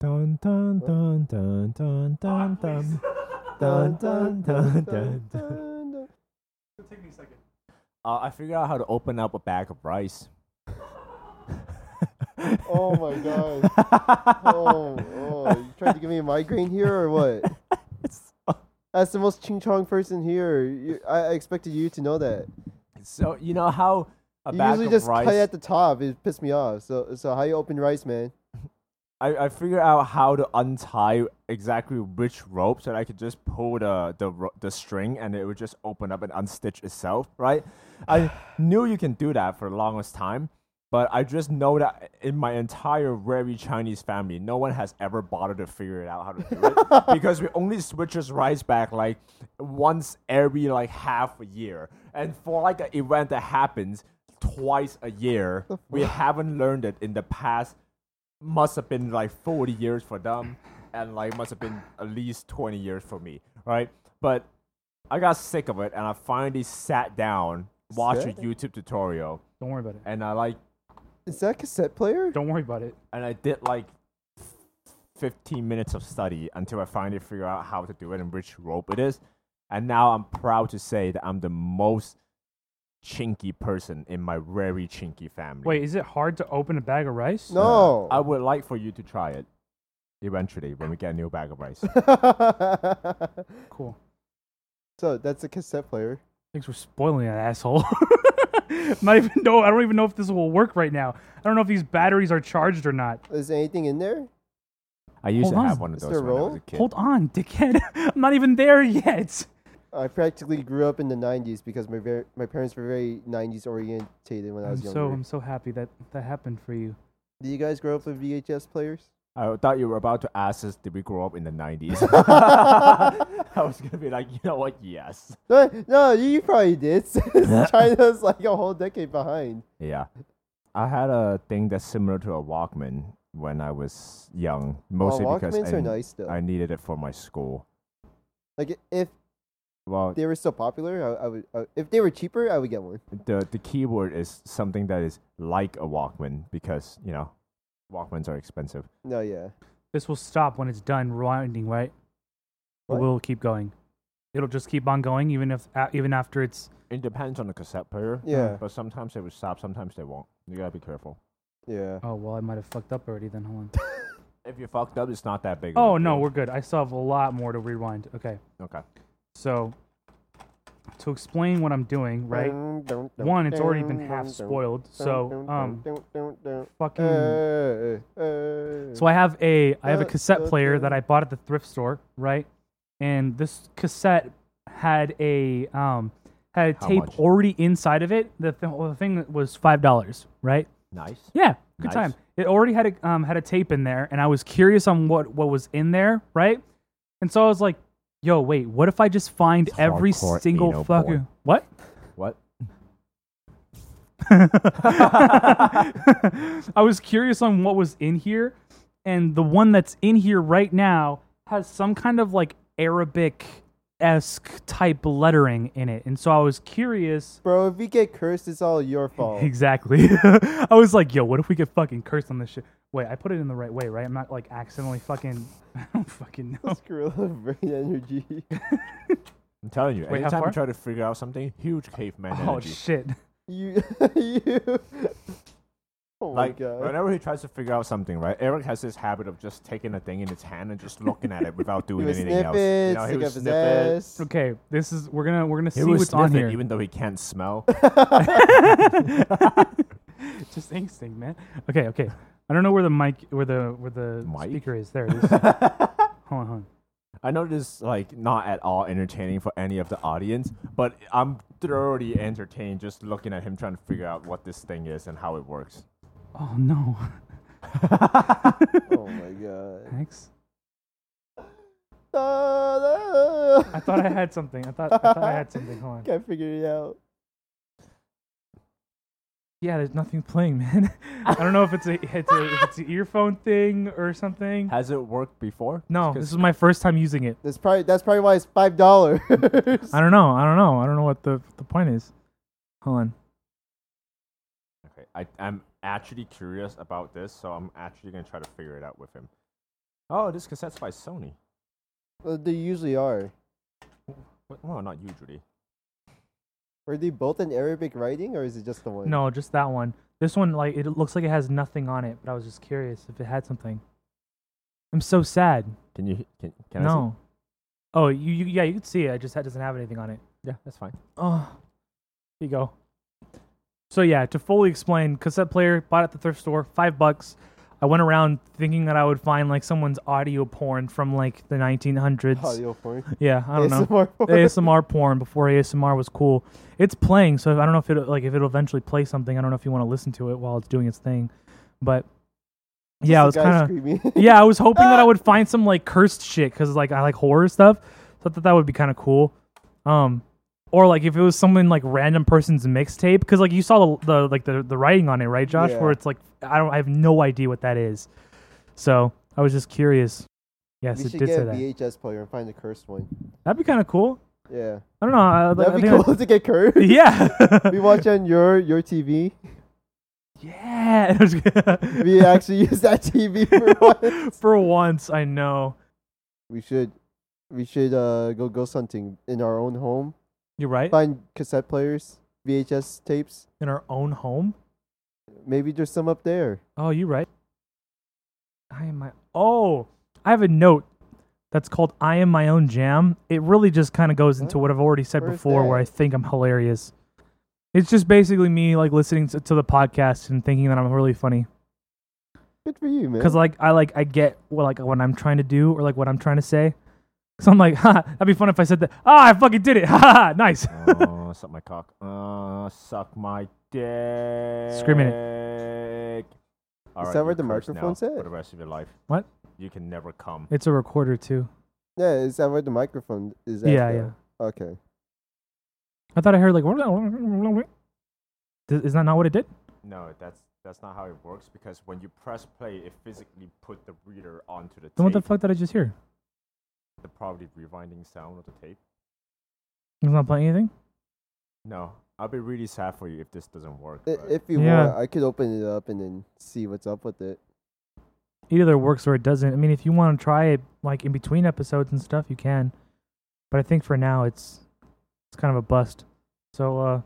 S2: Dun dun dun dun dun dun dun dun dun dun dun. dun.
S3: dun.
S4: It'll take me a second.
S2: Uh, I figured out how to open up a bag of rice.
S3: Oh my god. Oh, oh. You trying to give me a migraine here or what?
S4: uh,
S3: That's the most ching chong person here. You, I I expected you to know that.
S2: So you know how a
S3: You
S2: bag
S3: usually
S2: of
S3: just
S2: rice.
S3: cut at the top. It pissed me off. So, so how you open rice, man?
S2: I, I figured out how to untie exactly which rope so that I could just pull the, the ro- the string and it would just open up and unstitch itself, right? I knew you can do that for the longest time, but I just know that in my entire very Chinese family, no one has ever bothered to figure it out how to do it because we only switches rice back like once every like half a year. And for like an event that happens twice a year, we haven't learned it in the past must have been like 40 years for them and like must have been at least 20 years for me right but i got sick of it and i finally sat down watched a
S3: Sick?
S2: youtube tutorial
S4: Don't worry about it.
S2: and i like
S3: Is that cassette player?
S4: Don't worry about it.
S2: and i did like 15 minutes of study until i finally figured out how to do it and which rope it is and now i'm proud to say that i'm the most chinky person in my very chinky family
S4: Wait, is it hard to open a bag of rice?
S3: No.
S2: i would like for you to try it eventually when we get a new bag of rice
S4: Cool.
S3: so that's a cassette player.
S4: Thanks for spoiling that asshole. not even know. I don't even know if this will work right now. I don't know if these batteries are charged or not.
S3: Is there anything in there?
S2: I used
S4: Hold
S2: to have
S4: on.
S2: one of
S3: Is
S2: those
S3: there
S2: when I was
S3: roll?
S2: a kid.
S4: Hold on, dickhead. I'm not even there yet.
S3: I practically grew up in the '90s because my ver- my parents were very '90s orientated when I
S4: I'm
S3: was
S4: so
S3: younger.
S4: I'm so happy that that happened for you.
S3: Do you guys grow up with VHS players?
S2: I thought you were about to ask us, did we grow up in the 90s? I was going to be like, you know what? Yes.
S3: No, no, you probably did. since China's like a whole decade behind.
S2: Yeah. I had a thing that's similar to a Walkman when I was young, mostly because
S3: Walkmans
S2: I,
S3: are nice, though.
S2: I needed it for my school.
S3: Like if
S2: Well,
S3: they were still popular, I, I would. I, if they were cheaper, I would get one.
S2: the the keyword is something that is like a Walkman because, you know, Walkmans are expensive.
S3: No, yeah.
S4: This will stop when it's done rewinding, right? Or
S3: What?
S4: will it keep going? It'll just keep on going even if a- even after it's
S2: It depends on the cassette player.
S3: Yeah.
S2: But sometimes they will stop, sometimes they won't. You got to be careful.
S3: Yeah.
S4: Oh well, I might have fucked up already then. Hold on.
S2: If you fucked up, it's not that big. of a
S4: Oh no,
S2: deal.
S4: we're good. I still have a lot more to rewind. Okay.
S2: Okay.
S4: So to explain what I'm doing, right?
S3: Dun, dun, dun,
S4: One, it's already been
S3: dun,
S4: half
S3: dun,
S4: spoiled.
S3: dun,
S4: So
S3: dun, dun,
S4: um
S3: dun, dun, dun.
S4: fucking
S3: Uh, uh,
S4: So I have a I have a
S3: Uh,
S4: cassette player that
S3: okay.
S4: I bought at the thrift store, right? And this cassette had a um had a
S2: How
S4: tape
S2: much?
S4: already inside of it. The, th- well, the thing was five dollars, right?
S2: Nice.
S4: Yeah, good
S2: Nice.
S4: time. It already had a um, had a tape in there, and I was curious on what what was in there, right? And so I was like, "Yo, wait, what if I just find
S2: It's
S4: every
S2: hardcore
S4: single
S2: anal
S4: fucking
S2: porn.
S4: what?"
S2: What?
S4: I was curious on what was in here, and the one that's in here right now has some kind of like Arabic esque type lettering in it, and so I was curious.
S3: Bro, if we get cursed, it's all your fault.
S4: Exactly. I was like, yo, what if we get fucking cursed on this shit? Wait, I put it in the right way, right? I'm not like accidentally fucking. I don't fucking know.
S3: Gorilla brain energy.
S2: I'm telling you,
S4: Wait, how
S2: anytime
S4: far?
S2: you try to figure out something, huge caveman
S4: Oh
S2: energy.
S4: shit!
S3: you, you. Oh
S2: like
S3: my god.
S2: whenever he tries to figure out something, right? Eric has this habit of just taking a thing in his hand and just looking at it without
S3: he
S2: doing
S3: would
S2: anything
S3: sniff
S2: else.
S3: it,
S2: You know, he
S3: stick
S2: would
S3: up his
S2: sniff it.
S3: ass.
S4: Okay, this is we're gonna we're gonna
S2: He
S4: see
S2: would
S4: what's
S2: sniff
S4: on
S2: it
S4: here.
S2: even though he can't smell.
S4: Just instinct, man. Okay, okay. I don't know where the mic, where the where the
S2: Mic?
S4: speaker is. There. It is. hold on, hold on.
S2: I know this is like not at all entertaining for any of the audience, but I'm thoroughly entertained just looking at him trying to figure out what this thing is and how it works.
S4: Oh no,
S3: Oh my god.
S4: thanks.
S3: Ah, ah.
S4: I thought I had something. I thought I thought I had something. Hold on.
S3: Can't figure it out.
S4: Yeah, there's nothing playing, man. I don't know if it's a it's a if it's an earphone thing or something.
S2: Has it worked before?
S4: No,
S2: 'Cause
S4: this is my first time using it.
S3: That's probably that's probably why it's five dollars.
S4: I don't know. I don't know. I don't know what the the point is. Hold on.
S2: Okay, I, I'm actually curious about this, so I'm actually gonna try to figure it out with him. Oh, this cassette's by Sony.
S3: Well, they usually are.
S2: But, well, not usually.
S3: Were they both in Arabic writing, or is it just the one?
S4: No, just that one. This one, like, it looks like it has nothing on it, but I was just curious if it had something. I'm so sad.
S2: Can you? Can, can I? see?
S4: no. Oh, you, you, yeah, you can see it. It just ha- doesn't have anything on it.
S2: Yeah, that's fine.
S4: Oh, here you go. So yeah, to fully explain, cassette player bought at the thrift store, five bucks. I went around thinking that I would find like someone's audio porn from like the 1900s.
S2: Oh,
S3: Audio porn.
S4: Yeah, I don't know.
S3: ASMR porn.
S4: ASMR porn before ASMR was cool. It's playing, so I don't know if it like if it'll eventually play something. I don't know if you want to listen to it while it's doing its thing, but yeah, I was
S3: Just the guy
S4: kind of
S3: screaming. Ah!
S4: yeah, I was hoping that I would find some like cursed shit because like I like horror stuff, so I thought that would be kind of cool. Um, or like if it was someone like random person's mixtape because like you saw the, the like the the writing on it, right, Josh?
S3: Yeah.
S4: Where it's like I don't, I have no idea what that is. So I was just curious. Yes,
S3: we
S4: it
S3: should
S4: did
S3: get
S4: say
S3: a
S4: that.
S3: VHS player and find the cursed one.
S4: That'd be kind of cool.
S3: Yeah,
S4: I don't know. I, I
S3: that'd be
S4: think
S3: cool
S4: I-
S3: to get cursed.
S4: yeah.
S3: We watch on your your TV.
S4: yeah.
S3: We actually use that TV for one.
S4: For once, I know.
S3: We should we should uh go ghost hunting in our own home.
S4: You're right.
S3: Find cassette players, VHS tapes.
S4: In our own home.
S3: Maybe there's some up there.
S4: Oh, you're right. I am my. Oh, I have a note that's called "I am my own jam." It really just kind of goes into what I've already said
S3: Where's
S4: before, where
S3: that?
S4: I think I'm hilarious. It's just basically me like listening to, to the podcast and thinking that I'm really funny
S3: Good for you, man.
S4: because like I like I get what like what I'm trying to do or like what I'm trying to say. So I'm like, ha, that'd be fun if I said that. Ah, I fucking did it. Ha, Ha, ha, nice.
S2: uh, suck my cock. Uh, suck my dick.
S4: Screaming
S2: it. All
S3: Is
S2: right,
S3: that
S2: you
S3: what the
S2: curse now
S3: microphone's
S2: For
S3: at?
S2: the rest of your life,
S4: What?
S2: you can never come.
S4: It's a recorder too.
S3: Yeah, is that where the microphone is? At
S4: Yeah,
S3: though? Okay.
S4: I thought I heard like. Th- Is that not what it did?
S2: No, that's that's not how it works because when you press play, it physically put the reader onto the
S4: Then what
S2: tape.
S4: the fuck did I just hear?
S2: the probably rewinding sound of the tape.
S4: It's not playing anything.
S2: No, I'll be really sad for you if this doesn't work.
S3: I-
S2: but-
S3: If you
S4: Yeah.
S3: want, I could open it up and then see what's up with it.
S4: It either works or it doesn't. I mean, if you want to try it like in between episodes and stuff, you can. But I think for now, it's it's kind of a bust. So, uh,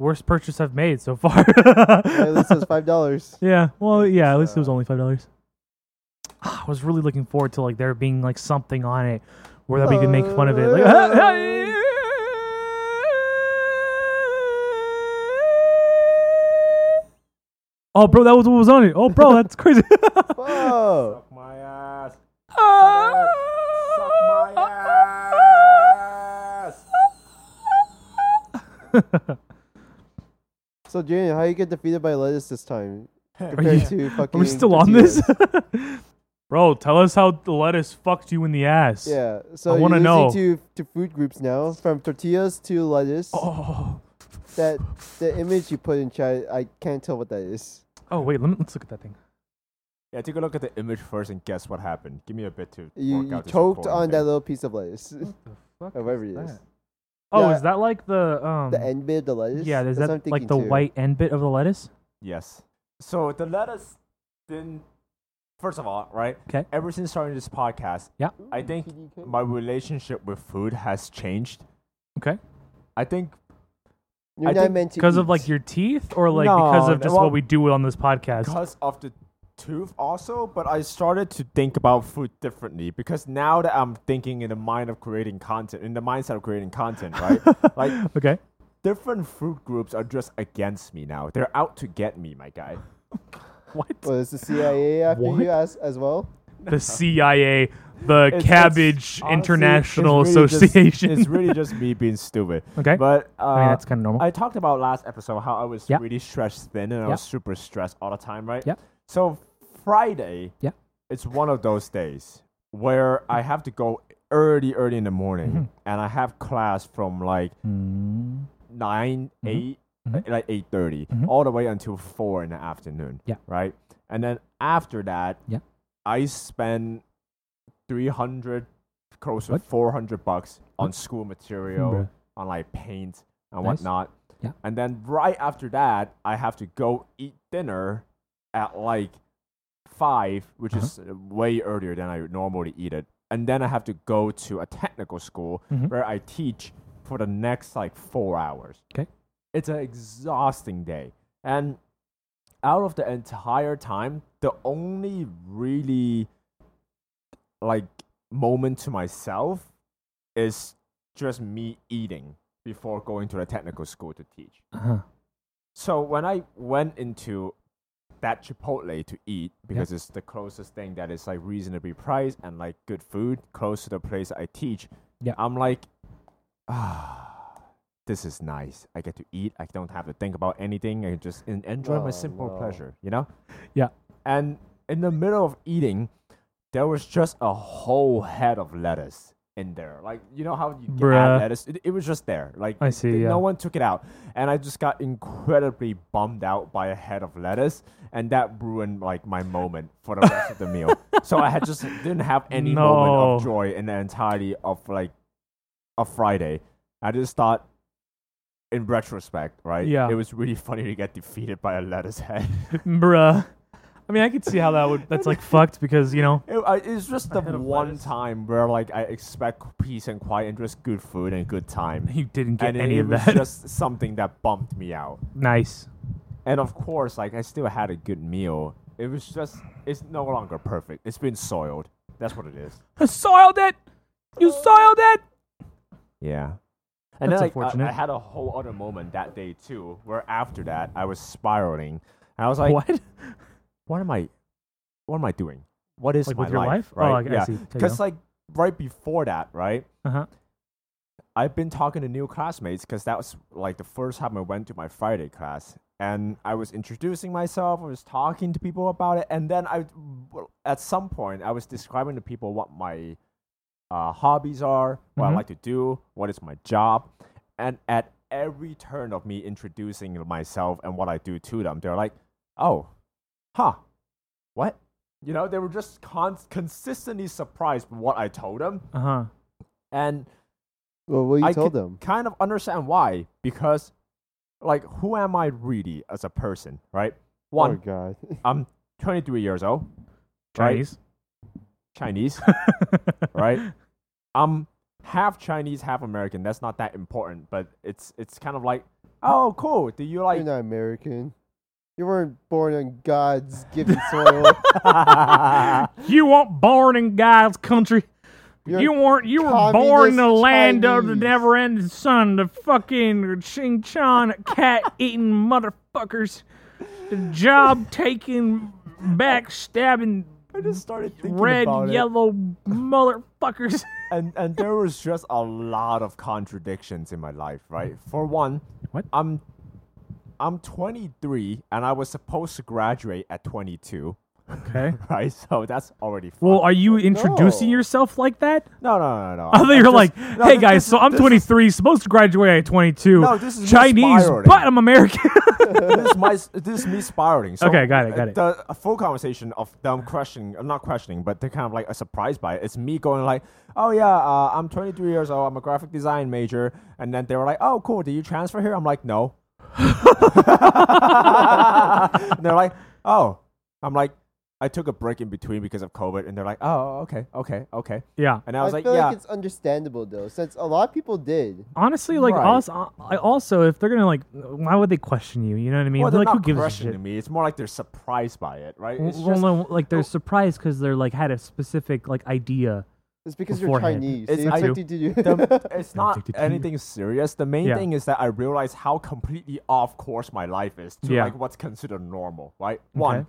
S4: worst purchase I've made so far.
S3: Alright, this is five dollars.
S4: Yeah. Well, yeah. At least it was
S2: Uh,
S4: only five dollars. I was really looking forward to like there being like something on it where that we could make fun of it. Like, oh, bro, that was what was on it. Oh, bro, that's crazy.
S3: Whoa!
S2: Suck my ass. Suck my
S4: oh,
S2: ass.
S3: So, Junior, how you get defeated by lettuce this time
S4: you-
S3: compared to fucking?
S4: Are we still on
S3: tortillas?
S4: this? bro, tell us how the lettuce fucked you in the ass.
S3: Yeah. So
S4: I
S3: you're
S4: wanna
S3: losing
S4: know.
S3: to to food groups now, from tortillas to lettuce.
S4: Oh.
S3: That the image you put in chat, I can't tell what that is.
S4: Oh wait, let me, let's look at that thing.
S2: Yeah, take a look at the image first and guess what happened. Give me a bit to
S3: You,
S2: work
S3: you
S2: out Oh this
S3: choked
S2: recording
S3: on that
S2: thing.
S3: little piece of lettuce. However it is.
S4: Oh,
S3: Yeah.
S4: is that like the um?
S3: The end bit of the lettuce.
S4: Yeah, is
S3: That's what I'm
S4: that like
S3: thinking
S4: the
S3: too.
S4: white end bit of the lettuce?
S2: Yes. So the lettuce didn't. First of all, right?
S4: 'Kay.
S2: Ever since starting this podcast,
S4: Yeah.
S2: I think my relationship with food has changed.
S4: Okay.
S2: I think
S3: You're
S2: I
S3: not
S2: think
S3: meant to.
S4: Because of
S3: eat.
S4: like your teeth, or like because
S2: No,
S4: of just
S2: well-
S4: what we do on this podcast.
S2: because of the tooth also, but I started to think about food differently because now that I'm thinking in the mind of creating content, in the mindset of creating content, right? like
S4: Okay.
S2: different food groups are just against me now. They're out to get me, my guy.
S4: What?
S3: Well, is the CIA after
S4: What?
S3: you as, as well?
S4: The CIA, the
S2: It's- it's-
S4: Cabbage
S2: honestly,
S4: International
S2: it's really just-
S4: Association.
S2: it's really just me being stupid.
S4: Okay.
S2: But uh,
S4: I mean, that's kind of normal.
S2: I talked about last episode how I was
S4: Yeah.
S2: really stressed thin and I
S4: Yeah.
S2: was super stressed all the time, right?
S4: Yeah.
S2: So Friday,
S4: Yeah.
S2: it's one of those days where I have to go early, early in the morning,
S4: Mm-hmm.
S2: and I have class from like 9 eight, uh,
S4: Mhm.
S2: like eight all the way until four in the afternoon.
S4: Yeah.
S2: Right. And then after that,
S4: Yeah.
S2: I spend three hundred, close to
S4: What?
S2: four hundred bucks on school material,
S4: bruh.
S2: on like paint and
S4: Nice.
S2: whatnot.
S4: Yeah.
S2: And then right after that, I have to go eat dinner at like five, which is uh, way earlier than I would normally eat it. And then I have to go to a technical school where I teach for the next like four hours.
S4: 'Kay.
S2: It's an exhausting day. And out of the entire time, the only really like moment to myself is just me eating before going to the technical school to teach.
S4: Uh-huh.
S2: So when I went into that Chipotle to eat because it's the closest thing that is like reasonably priced and like good food close to the place I teach.
S4: Yeah.
S2: I'm like, ah, this is nice. I get to eat. I don't have to think about anything. I just en- enjoy
S3: Oh,
S2: my simple
S3: no.
S2: pleasure. You know?
S4: Yeah.
S2: And in the middle of eating, there was just a whole head of lettuce in there. Like you know how you get
S4: Bruh.
S2: add lettuce. It, it was just there. Like
S4: I see,
S2: th-
S4: yeah.
S2: No one took it out, and I just got incredibly bummed out by a head of lettuce, and that ruined like my moment for the rest of the meal. So I had just didn't have any moment
S4: No.
S2: of joy in the entirety of like a Friday. I just thought. In retrospect, right?
S4: Yeah.
S2: It was really funny to get defeated by a lettuce head.
S4: Bruh. I mean, I could see how that would. That's like fucked because you know.
S2: It, I, it's just the
S4: head of
S2: one
S4: lettuce.
S2: time where like I expect peace and quiet and just good food and good time.
S4: You didn't get
S2: and it-
S4: any
S2: it
S4: of
S2: was
S4: that.
S2: just something that bumped me out.
S4: nice.
S2: And of course, like I still had a good meal. It was just it's no longer perfect. It's been soiled. That's what it is.
S4: I soiled it. You soiled it.
S2: Yeah. And then
S4: That's
S2: like, I-
S4: unfortunate.
S2: I, had a whole other moment that day too, where after that I was spiraling. And I was like,
S4: what?
S2: what am I, what am I doing? What is
S4: Like
S2: my
S4: with your life? Oh,
S2: Right?
S4: I- I see. There you
S2: Because
S4: go.
S2: like right before that, right?
S4: Uh-huh.
S2: I've been talking to new classmates because that was like the first time I went to my Friday class, and I was introducing myself. I was talking to people about it, and then I, at some point, I was describing to people what my uh, hobbies are, what I
S4: Mhm.
S2: like to do, what is my job, and at every turn of me introducing myself and what I do to them, they're like, "Oh, huh, what?" You know, they were just con- consistently surprised by what I told them,
S4: Uh-huh.
S2: and
S3: Well, what you
S2: I
S3: told
S2: could
S3: them?
S2: kind of understand why because like who am I really as a person, right?
S3: Oh
S2: One,
S3: god.
S2: I'm 23 years old,
S4: Chinese.
S2: Chinese, right? I'm half Chinese, half American. That's not that important, but it's it's kind of like, oh, cool. Do you like?
S3: You're not American. You weren't born on God's given soil.
S4: You weren't born in God's country.
S3: You're
S4: you weren't. You were born in the
S3: communist
S4: land of the
S3: Chinese.
S4: never-ending sun, the fucking Ching Chong cat-eating motherfuckers, the job-taking, backstabbing,
S2: I just started thinking
S4: red,
S2: about it,
S4: yellow motherfuckers.
S2: and and there was just a lot of contradictions in my life, right? For one,
S4: What?
S2: I'm I'm 23 and I was supposed to graduate at 22.
S4: Okay.
S2: right? So that's already fun.
S4: Well, are you introducing yourself like that?
S2: no, no, no, Oh, no.
S4: Oh, they
S2: I'm
S4: were
S2: just-
S4: like,
S2: no,
S4: "Hey
S2: this-
S4: guys,
S2: this
S4: so
S2: is-
S4: I'm
S2: this is-
S4: 23, supposed to graduate at 22.
S2: No, this is me
S4: Chinese,
S2: spiraling.
S4: but I'm American."
S2: This is my, this is me spiraling. So uh,
S4: Okay, got it, got it.
S2: The a full conversation of them questioning, uh, not questioning, but they're kind of like a surprise by it. It's me going like, "Oh yeah, uh, I'm 23 years old. I'm a graphic design major," and then they were like, "Oh, cool. Did you transfer here?" I'm like, "No." and they're like, "Oh," I'm like. I took a break in between because of COVID, and they're like, "Oh, okay, okay, okay."
S4: yeah.
S2: And I was like,
S3: feel
S2: "Yeah,
S3: like it's understandable though, since a lot of people did.
S4: Honestly, like
S2: Right.
S4: also, I also if they're gonna like, why would they question you? You know what I mean?
S2: Well, they're
S4: like,
S2: not
S4: who gives a
S2: questioning
S4: shit?
S2: me. It's more like they're surprised by it, right?
S4: Well,
S2: It's
S4: well,
S2: just,
S4: no, like they're surprised because they're like had a specific like idea.
S3: It's because
S4: Beforehand.
S3: you're Chinese.
S2: It's-
S3: they
S2: I do.
S3: expect you to do.
S2: the- it's
S4: Don't
S2: not
S4: take the key.
S2: anything serious. The main
S4: Yeah.
S2: thing is that I realize how completely off course my life is to
S4: Yeah.
S2: like what's considered normal, right? One,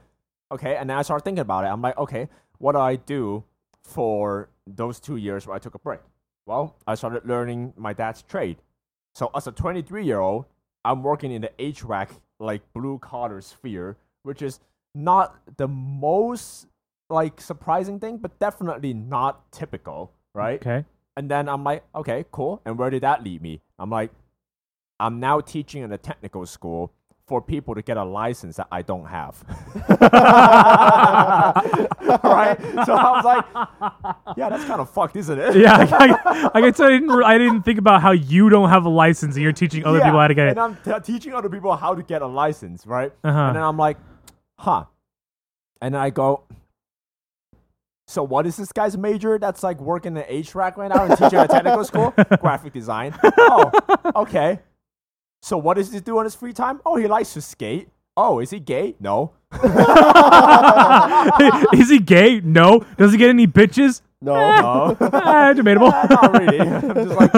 S2: okay, and then I start thinking about it. I'm like, okay, what do I do for those two years where I took a break? Well, I started learning my dad's trade. So as a 23 year old, I'm working in the HVAC like blue collar sphere, which is not the most like surprising thing, but definitely not typical, right?
S4: Okay.
S2: And then I'm like, okay, cool. And where did that lead me? I'm like, I'm now teaching in a technical school for people to get a license that I don't have. right? So I was like, yeah, that's kind of fucked, isn't it?
S4: Yeah, I, I, I guess I didn't. re- I didn't think about how you don't have a license and you're teaching other
S2: Yeah,
S4: people how to get it.
S2: And I'm t- teaching other people how to get a license, right?
S4: Uh-huh.
S2: And then I'm like, huh. And then I go, so what is this guy's major that's like working in HVAC right now and teaching at a technical school? Graphic design. Oh, okay. So what does he do on his free time? Oh, he likes to skate. Oh, is he gay? No. "Oh,
S4: Is he gay? No. Does he get any bitches?
S3: no.
S2: No.
S4: Ah, debatable.
S2: Not really. I'm just like,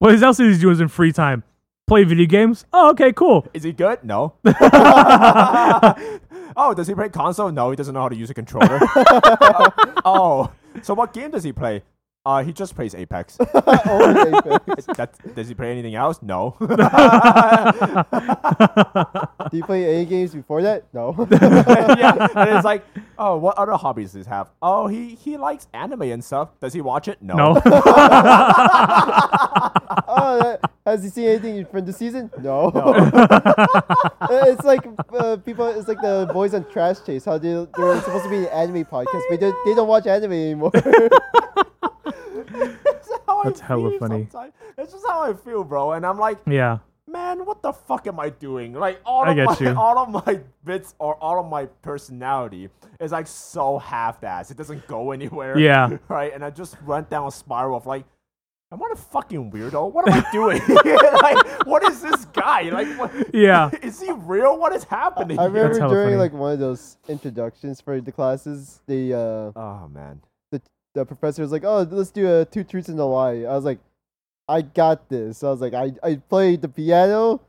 S4: what else is he doing in his free time? Play video games? Oh, okay, cool.
S2: Is he good? No. oh, does he play console? No, he doesn't know how to use a controller. oh, so what game does he play? Uh, he just plays Apex.
S3: Only Apex.
S2: That's, does he play anything else? No.
S3: Do you play any games before that? No.
S2: yeah, and it's like, oh, what other hobbies does he have? Oh, he he likes anime and stuff. Does he watch it? No.
S4: No.
S3: oh, that, has he seen anything from the season? No. it's like uh, people. It's like the boys on Trash Chase. How they they're supposed to be an
S2: Oh
S3: anime podcast, but they, they don't watch anime anymore.
S2: That's, how I
S4: That's hella
S2: feel
S4: funny.
S2: sometimes. That's just how I feel, bro. And I'm like,
S4: yeah.
S2: man, what the fuck am I doing? Like all
S4: I
S2: of
S4: get
S2: my
S4: you.
S2: all of my bits or all of my personality is like so half-assed. It doesn't go anywhere.
S4: Yeah.
S2: Right. And I just went down a spiral of like, am I a fucking weirdo? What am I doing? like, what is this guy? Like, what,
S4: Yeah.
S2: is he real? What is happening?
S3: I
S2: here?
S3: remember
S4: hella
S3: during
S4: funny.
S3: like one of those introductions for the classes, the uh,
S2: Oh man.
S3: the the professor was like, "Oh, let's do a two truths and a lie." I was like, "I got this." I was like, "I I played the piano."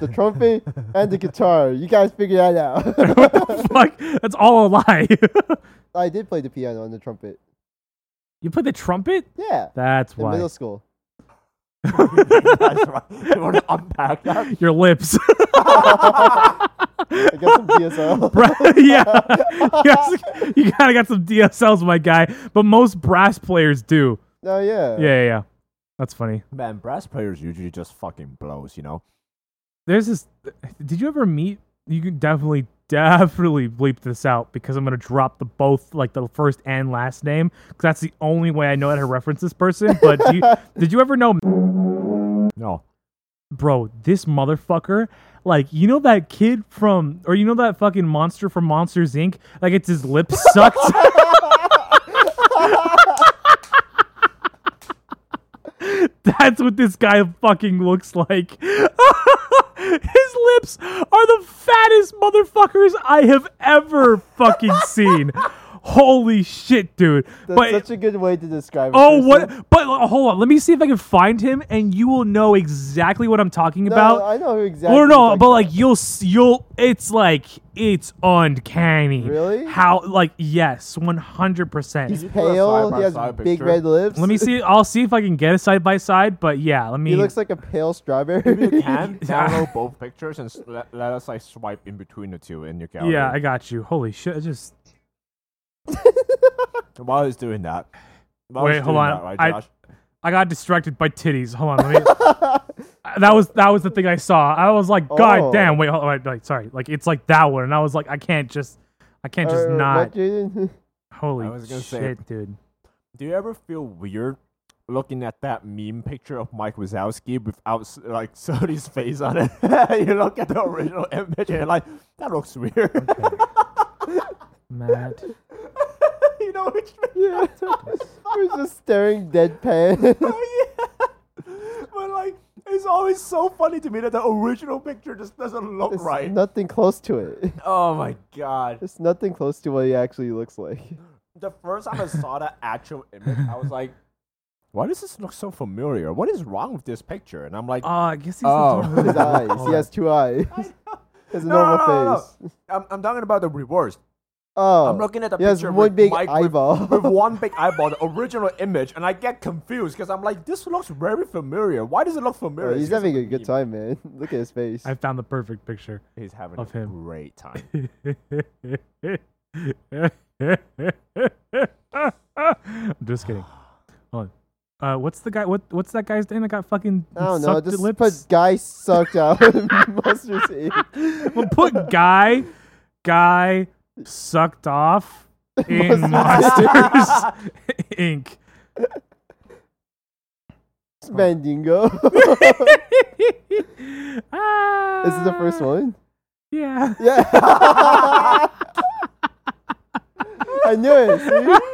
S3: The trumpet and the guitar. You guys figure that out.
S4: What the fuck? That's all a lie.
S3: I did play the piano and the trumpet.
S4: You play the trumpet?
S3: Yeah.
S4: That's
S3: In middle
S4: why.
S3: school.
S2: That's right. You want to unpack that?
S4: Your lips.
S3: I got some DSL.
S4: Bra- yeah. Yes. You kind of got some DSLs, my guy. But most brass players do.
S3: oh, yeah.
S4: Yeah, yeah, yeah. That's funny.
S2: Man, brass players usually just fucking blows, you know?
S4: There's this. Did you ever meet? You can definitely, definitely bleep this out because I'm gonna drop the both, like the first and last name, because that's the only way I know how to reference this person. But do you, did you ever know,
S2: No.
S4: bro? This motherfucker, like you know that kid from, or you know that fucking monster from Monsters Inc. Like it's his lips sucked. That's what this guy fucking looks like. His lips are the fattest motherfuckers I have ever fucking seen. Holy shit, dude.
S3: That's
S4: but
S3: such a good way to describe it.
S4: oh what but uh, hold on, let me see if I can find him and you will know exactly what I'm talking about.
S3: I know who exactly.
S4: Or
S3: you're
S4: no,
S3: talking
S4: but
S3: about.
S4: like you'll s- you'll it's like it's uncanny.
S3: Really?
S4: How like yes, 100%.
S3: He's
S2: you put a
S3: pale. He has
S2: side-by-side
S3: big
S2: picture?
S3: red lips.
S4: Let me see. I'll see if I can get a side by side. But yeah, let me.
S3: He looks like a pale strawberry.
S2: You can
S4: Yeah.
S2: download both pictures and s- let, let us like swipe in between the two in your gallery.
S4: yeah, I got you. Holy shit! I just
S2: While he's doing that. While
S4: Wait,
S2: he's
S4: hold
S2: doing
S4: on.
S2: That, right,
S4: I-
S2: Josh?
S4: I got distracted by titties. Hold on. Let me. Uh, that was that was the thing I saw. I was like, God
S3: Oh.
S4: damn! Wait, hold on. Wait, wait, sorry. Like it's like that one, and I was like, I can't just, I can't just
S3: Or what,
S4: not.
S3: Jaden?
S4: Holy
S2: I was gonna
S4: shit,
S2: say-
S4: dude.
S2: Do you ever feel weird looking at that meme picture of Mike Wazowski without s- like Sony's face on it? you look at the original image and you're like, that looks weird.
S4: Matt.
S2: you know which
S3: Yeah. We're just staring deadpan.
S2: Oh, yeah. But like, it's always so funny to me that the original picture just doesn't look
S3: There's
S2: right.
S3: nothing close to it.
S2: oh my god!
S3: There's nothing close to what he actually looks like.
S2: The first time I saw that actual image, I was like, "Why does this look so familiar? What is wrong with this picture?" And I'm like,
S3: Uh,
S4: Oh, I guess he's
S2: Oh.
S4: the
S3: His eyes. He has two eyes. He has a normal face.
S2: I'm, I'm talking about the reverse.
S3: Oh.
S2: I'm looking at the
S3: He has
S2: picture
S3: one
S2: with
S3: big
S2: Mike
S3: eyeball.
S2: With, with one big eyeball, the original image, and I get confused because I'm like, "This looks very familiar. Why does it look familiar?"
S3: Oh, he's
S2: It's 'cause
S3: having a
S2: of the
S3: good time, man. Look at his face.
S4: I found the perfect picture.
S2: meme. He's having
S4: of
S2: a
S4: him.
S2: great time.
S4: I'm just kidding. Hold on. Uh, what's the guy? What What's that guy's name that got fucking
S3: I don't know.
S4: sucked
S3: Just
S4: lips?
S3: put guy sucked out Monsters Inc.
S4: well, put guy, guy sucked off in Monsters Inc.
S3: It's Mandingo.
S4: ah,
S3: this is the first one.
S4: Yeah.
S3: Yeah. I knew it. See?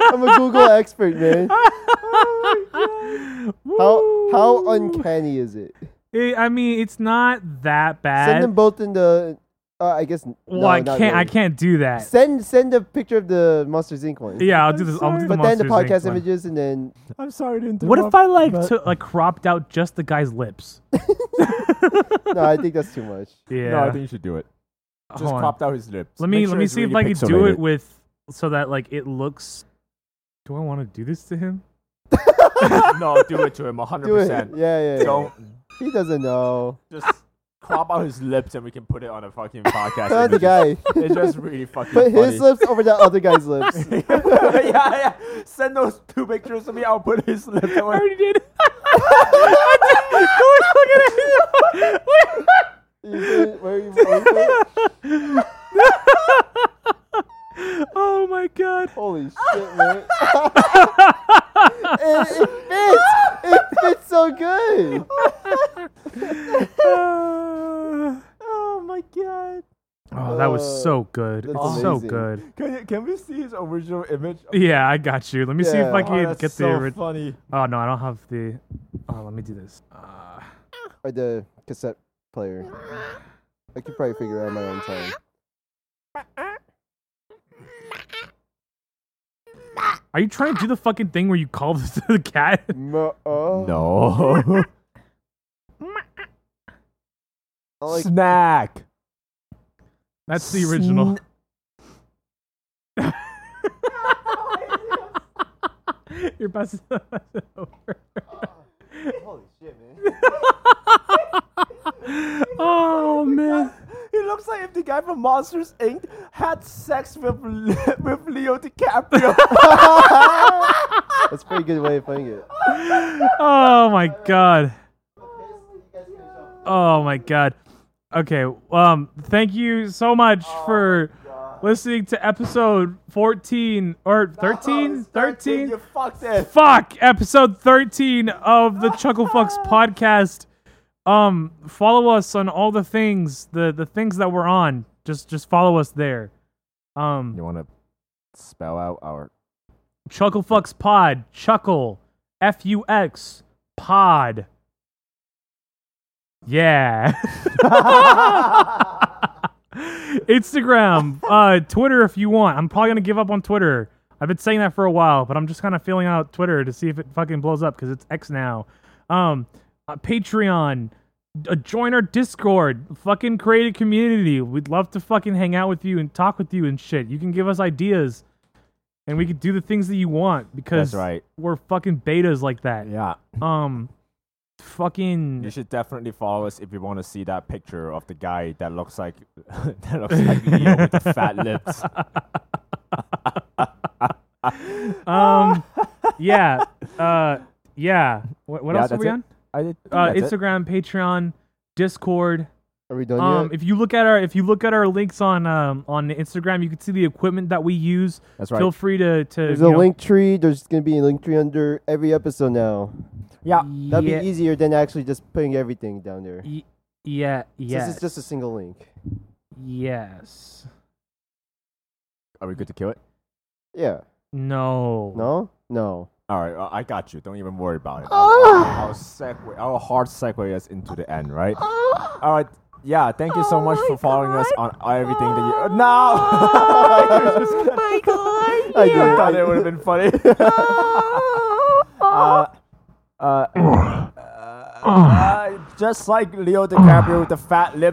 S3: I'm a Google expert, man. How how
S4: Woo.
S3: uncanny is it?
S4: It- I mean, it's not that bad.
S3: Send them both in the. Uh, I guess. n-
S4: Well,
S3: no,
S4: I
S3: not
S4: can't. I
S3: really.
S4: can't do that.
S3: Send send a picture of the Monsters Inc. one.
S4: Yeah, I'll do this. I'll do the
S3: But then the
S4: Monsters, Inc.
S3: podcast
S4: one.
S3: images and then
S2: I'm sorry to interrupt.
S4: What if I like
S2: but-
S4: took like cropped out just the guy's lips?
S3: no, I think that's too much.
S4: Yeah.
S2: No, I think you should do it. Just
S4: Hold on.
S2: cropped out his lips.
S4: Let me
S2: Make
S4: let
S2: sure
S4: me
S2: it's
S4: see if I
S2: really
S4: can do
S2: pixelated.
S4: it with so that like it looks. Do I want to do this to him?
S2: no, do it to him 100%.
S3: Do it. Yeah, yeah. yeah.
S2: Don't
S3: He doesn't know.
S2: just crop out his lips and we can put it on a fucking podcast.
S3: Put out the
S2: It's
S3: guy.
S2: just- It's just really fucking
S3: Put his
S2: funny.
S3: lips over that other guy's lips.
S2: yeah, yeah. Send those two pictures to me. I'll put his lips.
S4: I already did. I did. Go look at it. Wait.
S3: You did- Where are you from?
S4: Oh my god.
S3: Holy shit, man. it, it fits. It fits so good.
S4: Uh,
S2: Oh my god.
S4: oh, that was so good.
S3: Uh, That's
S4: It's so
S3: amazing.
S4: good.
S2: Can, you, can we see his original image?
S4: Yeah, I got you. Let me see if
S3: Yeah.
S4: I
S3: Oh,
S4: can
S2: that's
S4: get the
S2: so
S4: ori-
S2: funny.
S4: Oh no, I don't have the. Oh, let me do this. Uh,
S3: Or the cassette player. I could probably figure it out my own time.
S4: are you trying to do the fucking thing where you call this to the cat?
S3: No. oh,
S2: No.
S3: I like
S2: Snack.
S4: That's the original. You're passing the mic over.
S3: Holy shit, man.
S4: Oh man.
S2: He looks like if the guy from Monsters Inc. had sex with Le- with Leo DiCaprio.
S3: That's a pretty good way of putting it.
S4: Oh my god. Oh my god. Okay. Um. Thank you so much for listening to episode 14 or 13. 13.
S2: you fucked it.
S4: Fuck episode 13 of the Chuckle Fucks podcast. Um. Follow us on all the things the the things that we're on. Just just follow us there. Um.
S2: You want to spell out our
S4: Chuckle Fucks Pod. Chuckle. F U X. Pod. Yeah. Instagram. Uh, Twitter if you want. I'm probably going to give up on Twitter. I've been saying that for a while, but I'm just kind of feeling out Twitter to see if it fucking blows up because it's X now. Um, uh, Patreon. Uh, join our Discord. Fucking create a community. We'd love to fucking hang out with you and talk with you and shit. You can give us ideas and we could do the things that you want because
S2: That's right.
S4: we're fucking betas like that.
S2: Yeah.
S4: Um, fucking.
S2: You should definitely follow us if you want to see that picture of the guy that looks like that looks like Leo with the fat lips.
S4: Um, yeah, uh, yeah. What, what
S2: Yeah,
S4: else are
S2: that's
S4: we
S2: it.
S4: on?
S2: I did. think
S4: Uh,
S2: that's it.
S4: Instagram, Patreon, Discord.
S3: Are we done
S4: Um,
S3: yet?
S4: if you look at our if you look at our links on um on Instagram, you can see the equipment that we use.
S2: That's
S4: Feel
S2: right.
S4: free to to
S3: There's
S4: you
S3: a
S4: know-
S3: link tree. There's going to be a link tree under every episode now.
S2: Yeah.
S3: That'd
S4: Yeah,
S3: be easier than actually just putting everything down there.
S4: y- yeah, yes,
S3: This is just a single link.
S4: yes.
S2: Are we good to kill it?
S3: Yeah.
S4: No,
S3: No? No.
S2: All right, uh, I got you. Don't even worry about it. I'll,
S4: Oh.
S2: I'll, I'll segue. I'll hard segue us into the end, right?
S4: Oh.
S2: All right. Yeah. Thank you so much for following us on everything that
S4: Oh.
S2: you. Uh, no.
S3: Oh I did.
S2: I thought it would have been funny. uh, uh, uh, uh, just like Leo DiCaprio with the fat lips.